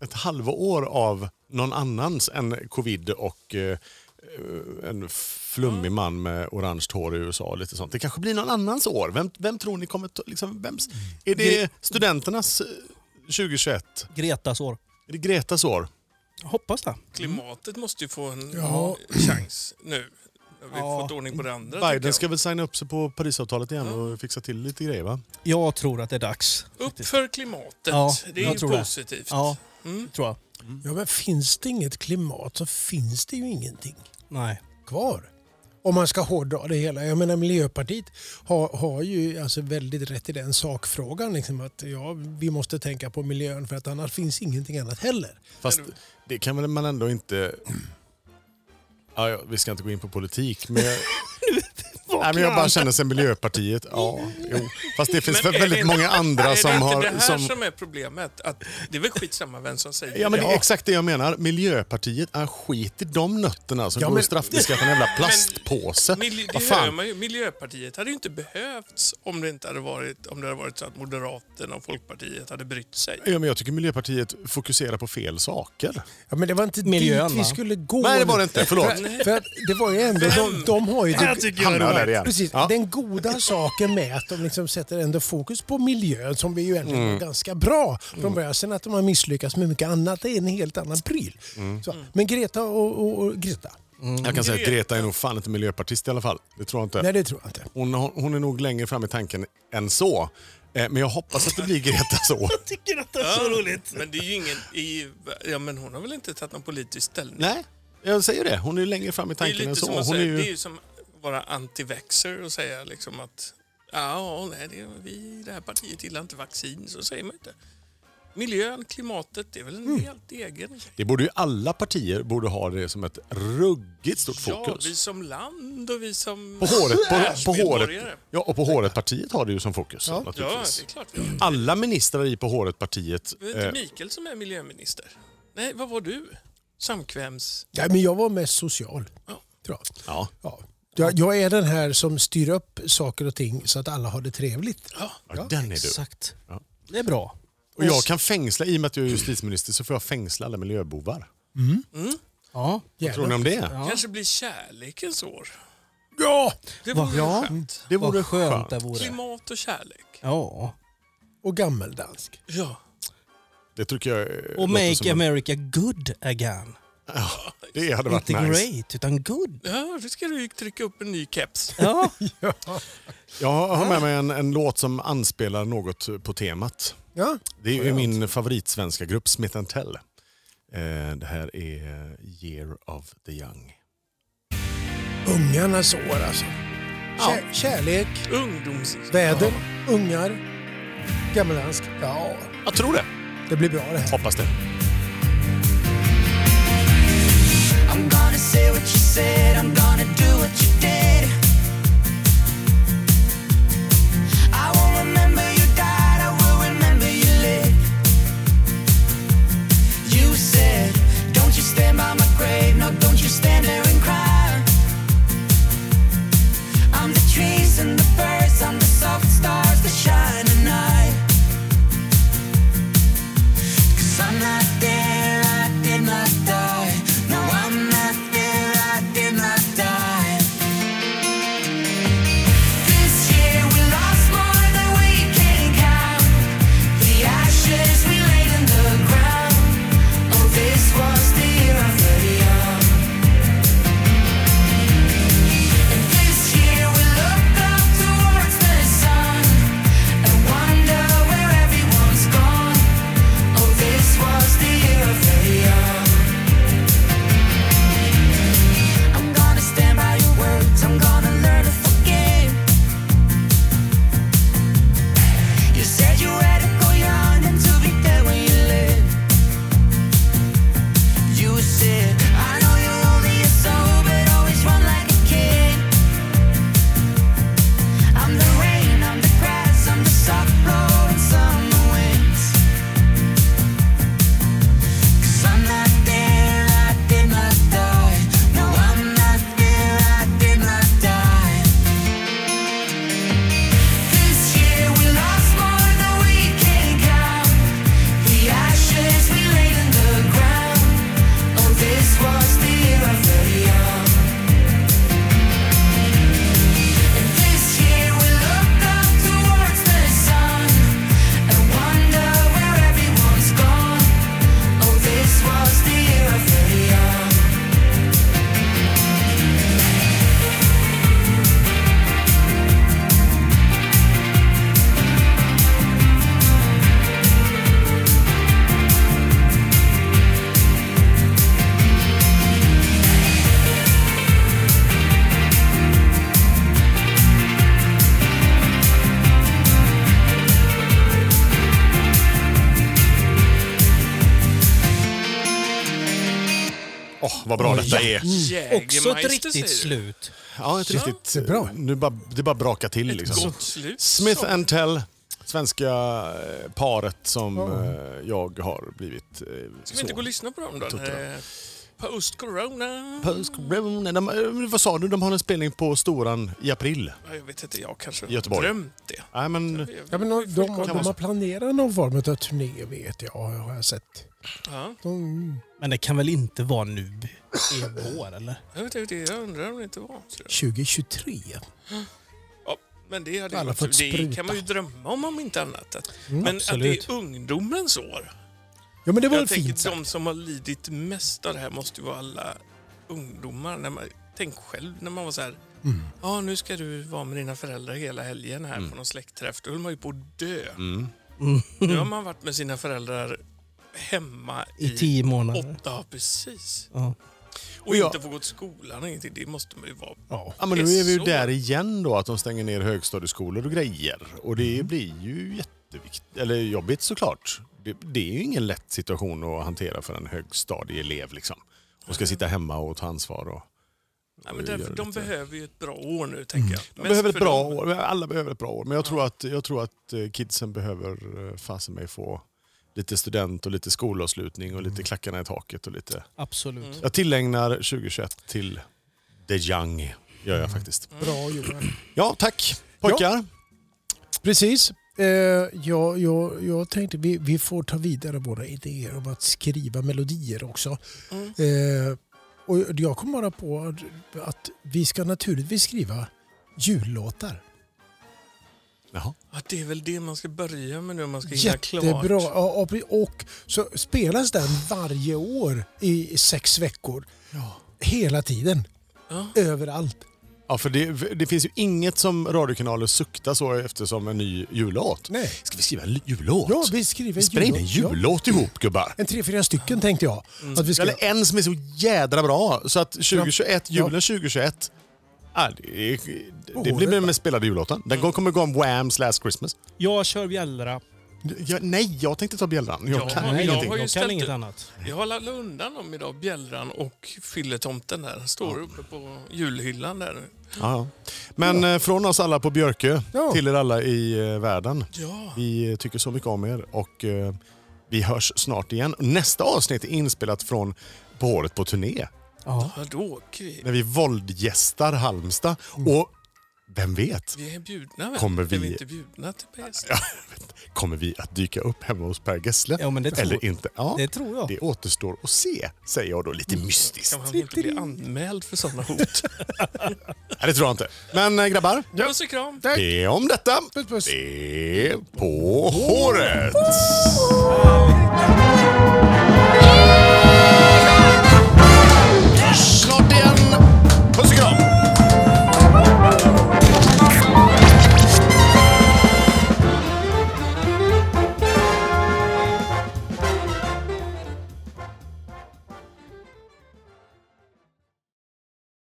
Speaker 2: Ett halvår av någon annans än covid och eh, en flummig man med orange hår i USA. Och lite sånt. Det kanske blir någon annans år. Vem, vem tror ni kommer... ta- Liksom, vems, är det studenternas eh, 2021?
Speaker 1: Gretas år.
Speaker 2: Är det Gretas år?
Speaker 1: Jag hoppas det.
Speaker 3: Klimatet måste ju få en
Speaker 4: Ja.
Speaker 3: chans nu. När vi fått ordning på det andra. tycker
Speaker 2: Biden
Speaker 3: jag.
Speaker 2: ska väl signa upp sig på Parisavtalet igen och fixa till lite grejer va?
Speaker 1: Jag tror att det är dags.
Speaker 3: Upp för klimatet.
Speaker 1: Ja,
Speaker 3: det
Speaker 1: jag
Speaker 3: är ju
Speaker 1: tror det.
Speaker 3: positivt.
Speaker 1: Ja,
Speaker 2: Mm.
Speaker 1: tror jag.
Speaker 4: Ja, men finns det inget klimat så finns det ju ingenting
Speaker 1: Nej.
Speaker 4: kvar. Om man ska hårdra det hela. Jag menar Miljöpartiet har, har ju alltså väldigt rätt i den sakfrågan. Liksom, att ja, vi måste tänka på miljön för att annars finns ingenting annat heller.
Speaker 2: Fast det kan väl man ändå inte... Ja, ja, vi ska inte gå in på politik men... Jag... Nej, men jag bara känner sen Miljöpartiet. Ja, jo. Fast det finns
Speaker 3: Men
Speaker 2: väl
Speaker 3: är det
Speaker 2: väldigt
Speaker 3: inte-
Speaker 2: många andra som
Speaker 3: är det
Speaker 2: har...
Speaker 3: inte det här
Speaker 2: som...
Speaker 3: som... är problemet? Att det är väl skitsamma vem som säger
Speaker 2: Ja, men det
Speaker 3: det.
Speaker 2: är exakt det jag menar. Miljöpartiet är skit i de nötterna som
Speaker 4: Ja,
Speaker 2: går
Speaker 4: men-
Speaker 2: och straffbeskattar en jävla plastpåse.
Speaker 3: Mil-
Speaker 2: Vad
Speaker 3: det hör
Speaker 2: fan?
Speaker 3: man ju. Miljöpartiet hade ju inte behövts om det inte hade varit, om det hade varit så att Moderaterna och Folkpartiet hade brytt sig.
Speaker 2: Ja, men jag tycker Miljöpartiet fokuserar på fel saker.
Speaker 4: Ja, men det var inte
Speaker 1: Miljön,
Speaker 4: dit vi
Speaker 1: va?
Speaker 4: skulle gå.
Speaker 2: Nej, det var det inte. Förlåt.
Speaker 4: För, för att det var ju ändå... De, de har ju...
Speaker 3: Jag tycker jag
Speaker 2: Hamnar
Speaker 3: det
Speaker 2: där
Speaker 3: var-
Speaker 2: igen.
Speaker 4: Precis.
Speaker 2: Ja.
Speaker 4: Den goda saken med att de liksom sätter ändå fokus på miljön som vi ju egentligen
Speaker 2: Mm.
Speaker 4: är ganska bra från början. Sen att de har misslyckats med mycket annat det är en helt annan pryl.
Speaker 2: Mm.
Speaker 4: Så, men Greta och, och, och Greta?
Speaker 2: Jag kan säga att Greta är nog fan inte miljöpartist i alla fall. Det tror jag inte.
Speaker 4: Nej, det tror jag inte.
Speaker 2: Hon, hon är nog längre fram i tanken än så. Eh, Men jag hoppas att det blir Greta så.
Speaker 1: Tycker att det är så roligt.
Speaker 3: Men det är ju ingen... I, ja, men hon har väl inte tagit någon politisk ställning?
Speaker 2: Nej, jag säger det. Hon är ju längre fram i
Speaker 3: det är ju
Speaker 2: tanken
Speaker 3: lite
Speaker 2: än
Speaker 3: som
Speaker 2: så.
Speaker 3: att
Speaker 2: Hon är
Speaker 3: säga, det är
Speaker 2: ju,
Speaker 3: ju som att vara anti-vaxxer och säga liksom att ja, nej, det, vi i det här partiet gillar inte vaccin, så säger man inte. Miljön, klimatet, det är väl en
Speaker 2: Mm.
Speaker 3: helt egen
Speaker 2: det borde ju alla partier borde ha det som ett ruggigt stort
Speaker 3: Ja, vi
Speaker 2: fokus.
Speaker 3: som land och vi som...
Speaker 2: På håret, på, på håret,
Speaker 3: världsmedborgare.
Speaker 2: ja, och på håret-partiet har det ju som fokus.
Speaker 3: Ja,
Speaker 2: Naturligtvis.
Speaker 3: det är klart vi har.
Speaker 2: Alla ministrar i på håret-partiet.
Speaker 3: Det är
Speaker 2: Eh,
Speaker 3: inte Mikael som är miljöminister. Nej, vad var du? Samkväms...
Speaker 4: Ja, men jag var mest social.
Speaker 3: Ja.
Speaker 4: Tror jag.
Speaker 2: ja,
Speaker 4: Ja. Jag, jag är den här som styr upp saker och ting så att alla har det trevligt.
Speaker 2: ja, den är du.
Speaker 1: Exakt.
Speaker 2: Ja.
Speaker 1: Det är bra.
Speaker 2: Och jag kan fängsla, i och med att jag är justitieminister, så får jag fängsla alla miljöbovar.
Speaker 1: Ja.
Speaker 4: Jävlar.
Speaker 2: Tror ni om det?
Speaker 3: Kanske blir kärlekens år.
Speaker 4: Ja!
Speaker 3: Det vore
Speaker 1: Ja.
Speaker 3: skönt.
Speaker 2: Mm. Det vore
Speaker 1: Vad skönt
Speaker 2: skönt.
Speaker 1: det vore.
Speaker 3: Klimat och kärlek.
Speaker 1: Ja.
Speaker 4: Och gammeldansk.
Speaker 3: Ja.
Speaker 2: Det tycker jag eh,
Speaker 1: Och
Speaker 2: låter som en-
Speaker 1: Make America Good Again.
Speaker 2: Det hade varit
Speaker 1: Inte
Speaker 2: nice.
Speaker 1: great, utan good.
Speaker 3: Ja, då ska du ju trycka upp en ny keps.
Speaker 1: Ja.
Speaker 2: Jag har med mig en, en låt som anspelar något på temat.
Speaker 4: Ja.
Speaker 2: Det är ju min favoritsvenska grupp Smith Tell. Eh, Det här är Year of the Young.
Speaker 4: Ungarnas år alltså. Kär, kärlek,
Speaker 2: Mm.
Speaker 3: Ungdoms...
Speaker 4: väder, ungar, gammeldansk. Ja,
Speaker 2: Jag tror det.
Speaker 4: det blir bra det här.
Speaker 2: Hoppas det.
Speaker 9: said I'm gonna do what you did. I won't remember you died, I will remember you lived. You said, Don't you stand by my grave, no, don't you stand there and cry. I'm the trees and the birds, I'm the soft stars that shine at night. Cause I'm not there, I did not die. No, I'm not there, I did not die. This year we lost more than we can count. The ashes we laid in the ground. Oh, this was the year of the young. And this year we looked up towards the sun and wonder where everyone's gone. Oh, this was the year of the young. I'm gonna stand by your words. I'm gonna learn to forgive. You said you had to go young and to be there when you live. You said, I know you're only a soul, but always run like a kid. I'm the rain, I'm the grass, I'm the soft blowing summer winds. Cause I'm not there, I did not die. No, I'm not there, I did not die. This year we lost more than we can count. The ashes we laid in the ground. Oh, this was the year of the young. And this year we looked up towards the sun and wonder where everyone's gone. Oh, this was the year of the young.
Speaker 2: Åh, vad bra detta är.
Speaker 1: Också ett
Speaker 3: Jägermeister,
Speaker 1: riktigt
Speaker 3: säger du?
Speaker 1: slut.
Speaker 2: Ja, ett riktigt... eh,
Speaker 4: Det är bra.
Speaker 2: Nu bara, det bara brakar till
Speaker 3: Ett
Speaker 2: liksom.
Speaker 3: gott slut.
Speaker 2: Smith
Speaker 3: Så.
Speaker 2: and Tell, svenska eh, paret som eh, jag har blivit eh,
Speaker 3: Ska vi inte gå och lyssna på dem då?
Speaker 2: Tuttarna.
Speaker 3: Eh, Post Corona.
Speaker 2: Post-corona. De, eh, vad sa du? De har en spelning på Storan i april.
Speaker 3: Ja, Jag vet inte, jag kanske
Speaker 2: Göteborg.
Speaker 3: drömt det.
Speaker 2: Nej, men...
Speaker 4: Ja, men de, de, de,
Speaker 2: Kan vara så.
Speaker 4: har planerat någon form av turné vet jag, har jag sett.
Speaker 3: Ja.
Speaker 4: De,
Speaker 1: Men det kan väl inte vara nu i vår, eller?
Speaker 3: Jag, vet inte, jag undrar om det inte var så.
Speaker 4: 2023.
Speaker 3: Ja, men det, hade ju
Speaker 4: Alla
Speaker 3: varit-
Speaker 4: fått
Speaker 3: det
Speaker 4: spruta. Mm.
Speaker 3: kan man ju drömma om, om inte annat. Att, men att
Speaker 1: absolut.
Speaker 3: det är ungdomens år.
Speaker 4: Ja, men det var
Speaker 3: Jag
Speaker 4: väl
Speaker 3: tänker
Speaker 4: fint
Speaker 3: att de
Speaker 4: sagt.
Speaker 3: som har lidit mest av det här måste ju vara alla ungdomar. När man, tänk själv när man var så här.
Speaker 2: Mm.
Speaker 3: Ja, nu ska du vara med dina föräldrar hela helgen här på någon släktträff. Då höll man ju på att dö.
Speaker 2: Mm.
Speaker 3: Nu har man varit med sina föräldrar hemma i,
Speaker 1: I tio månader.
Speaker 3: åtta, ja, precis.
Speaker 1: Ja.
Speaker 3: Och
Speaker 2: jag-
Speaker 3: inte få gå till skolan och ingenting. Det måste man ju vara.
Speaker 2: Ja, men nu
Speaker 3: Det är
Speaker 2: är vi ju
Speaker 3: så.
Speaker 2: där igen då, att de stänger ner högstadieskolor och grejer. Och det blir ju jättevikt, eller jobbigt såklart. Det, det är ju ingen lätt situation att hantera för en högstadieelev liksom. Och ska sitta hemma och ta ansvar. Och,
Speaker 3: Nej, men
Speaker 2: det gör
Speaker 3: därför,
Speaker 2: det
Speaker 3: de
Speaker 2: lite.
Speaker 3: behöver ju ett bra år nu, tänker jag.
Speaker 2: de
Speaker 3: Mest
Speaker 2: behöver ett
Speaker 3: för
Speaker 2: bra
Speaker 3: dem.
Speaker 2: år, alla behöver ett bra år. Men jag tror att, jag tror att eh, kidsen behöver eh, fasen mig få lite student och lite skolavslutning och lite klackarna i taket och lite...
Speaker 1: Absolut.
Speaker 2: Jag tillägnar 2021 till the young, gör jag faktiskt.
Speaker 4: Bra Johan.
Speaker 2: Ja, tack pojkar.
Speaker 4: Precis. Eh, jag, jag, jag tänkte vi, vi får ta vidare våra idéer om att skriva melodier också. Eh, och jag kom bara på att- att vi ska naturligtvis skriva jullåtar.
Speaker 2: Jaha.
Speaker 3: Ja, det är väl det man ska börja med nu om man ska hinna
Speaker 4: Jättebra.
Speaker 3: klart.
Speaker 4: Ja, och- och så spelas den varje år i sex veckor. Hela tiden. Överallt.
Speaker 2: Ja, för det, det finns ju inget som radiokanaler suktar så efter som en ny jullåt.
Speaker 4: Nej.
Speaker 2: Ska vi skriva en jullåt?
Speaker 4: Ja, vi skriver
Speaker 2: vi spelar in en
Speaker 4: jullåt, ja.
Speaker 2: jullåt ihop gubbar.
Speaker 4: En tre, fyra stycken tänkte jag. Att vi ska...
Speaker 2: Eller en som är så jädra bra. Så att 2021, julen 2021, ja, det, det blir den mest spelade jullåten. Den kommer gå om Whams Last Christmas.
Speaker 1: Jag kör bjällra.
Speaker 2: Ja, nej, jag tänkte ta bjällran. Jag
Speaker 3: Ja,
Speaker 2: kan
Speaker 3: men jag
Speaker 2: ingenting.
Speaker 3: har ju
Speaker 1: Jag kan
Speaker 3: ställt
Speaker 1: inget
Speaker 3: upp-
Speaker 1: annat.
Speaker 3: Jag har lagt undan dem idag, bjällran och fylletomten där. Den Står uppe på julhyllan där.
Speaker 2: Ja, ja. Men eh, från oss alla på Björkö
Speaker 4: Ja.
Speaker 2: till er alla i eh, världen.
Speaker 3: Ja,
Speaker 2: Vi eh, tycker så mycket om er och eh, vi hörs snart igen. Nästa avsnitt är inspelat från På håret på turné.
Speaker 1: Ja.
Speaker 3: ja, då åker vi.
Speaker 2: När vi våldgästar Halmstad.
Speaker 1: Mm.
Speaker 2: Och vem vet,
Speaker 3: Vi är bjudna. väl?
Speaker 2: Kommer
Speaker 3: Är
Speaker 2: vi-
Speaker 3: vi inte bjudna till PS?
Speaker 2: kommer vi att dyka upp hemma hos Per Gessle?
Speaker 1: Ja, men det tror-
Speaker 2: Eller inte? Ja,
Speaker 1: Det tror jag. Mm.
Speaker 2: det återstår att se, säger jag då lite mystiskt.
Speaker 3: Kan man inte bli anmäld för sådana hot?
Speaker 2: Nej, det tror jag inte. Men eh, grabbar,
Speaker 3: Puss och kram!
Speaker 2: det är om detta. Det är På håret!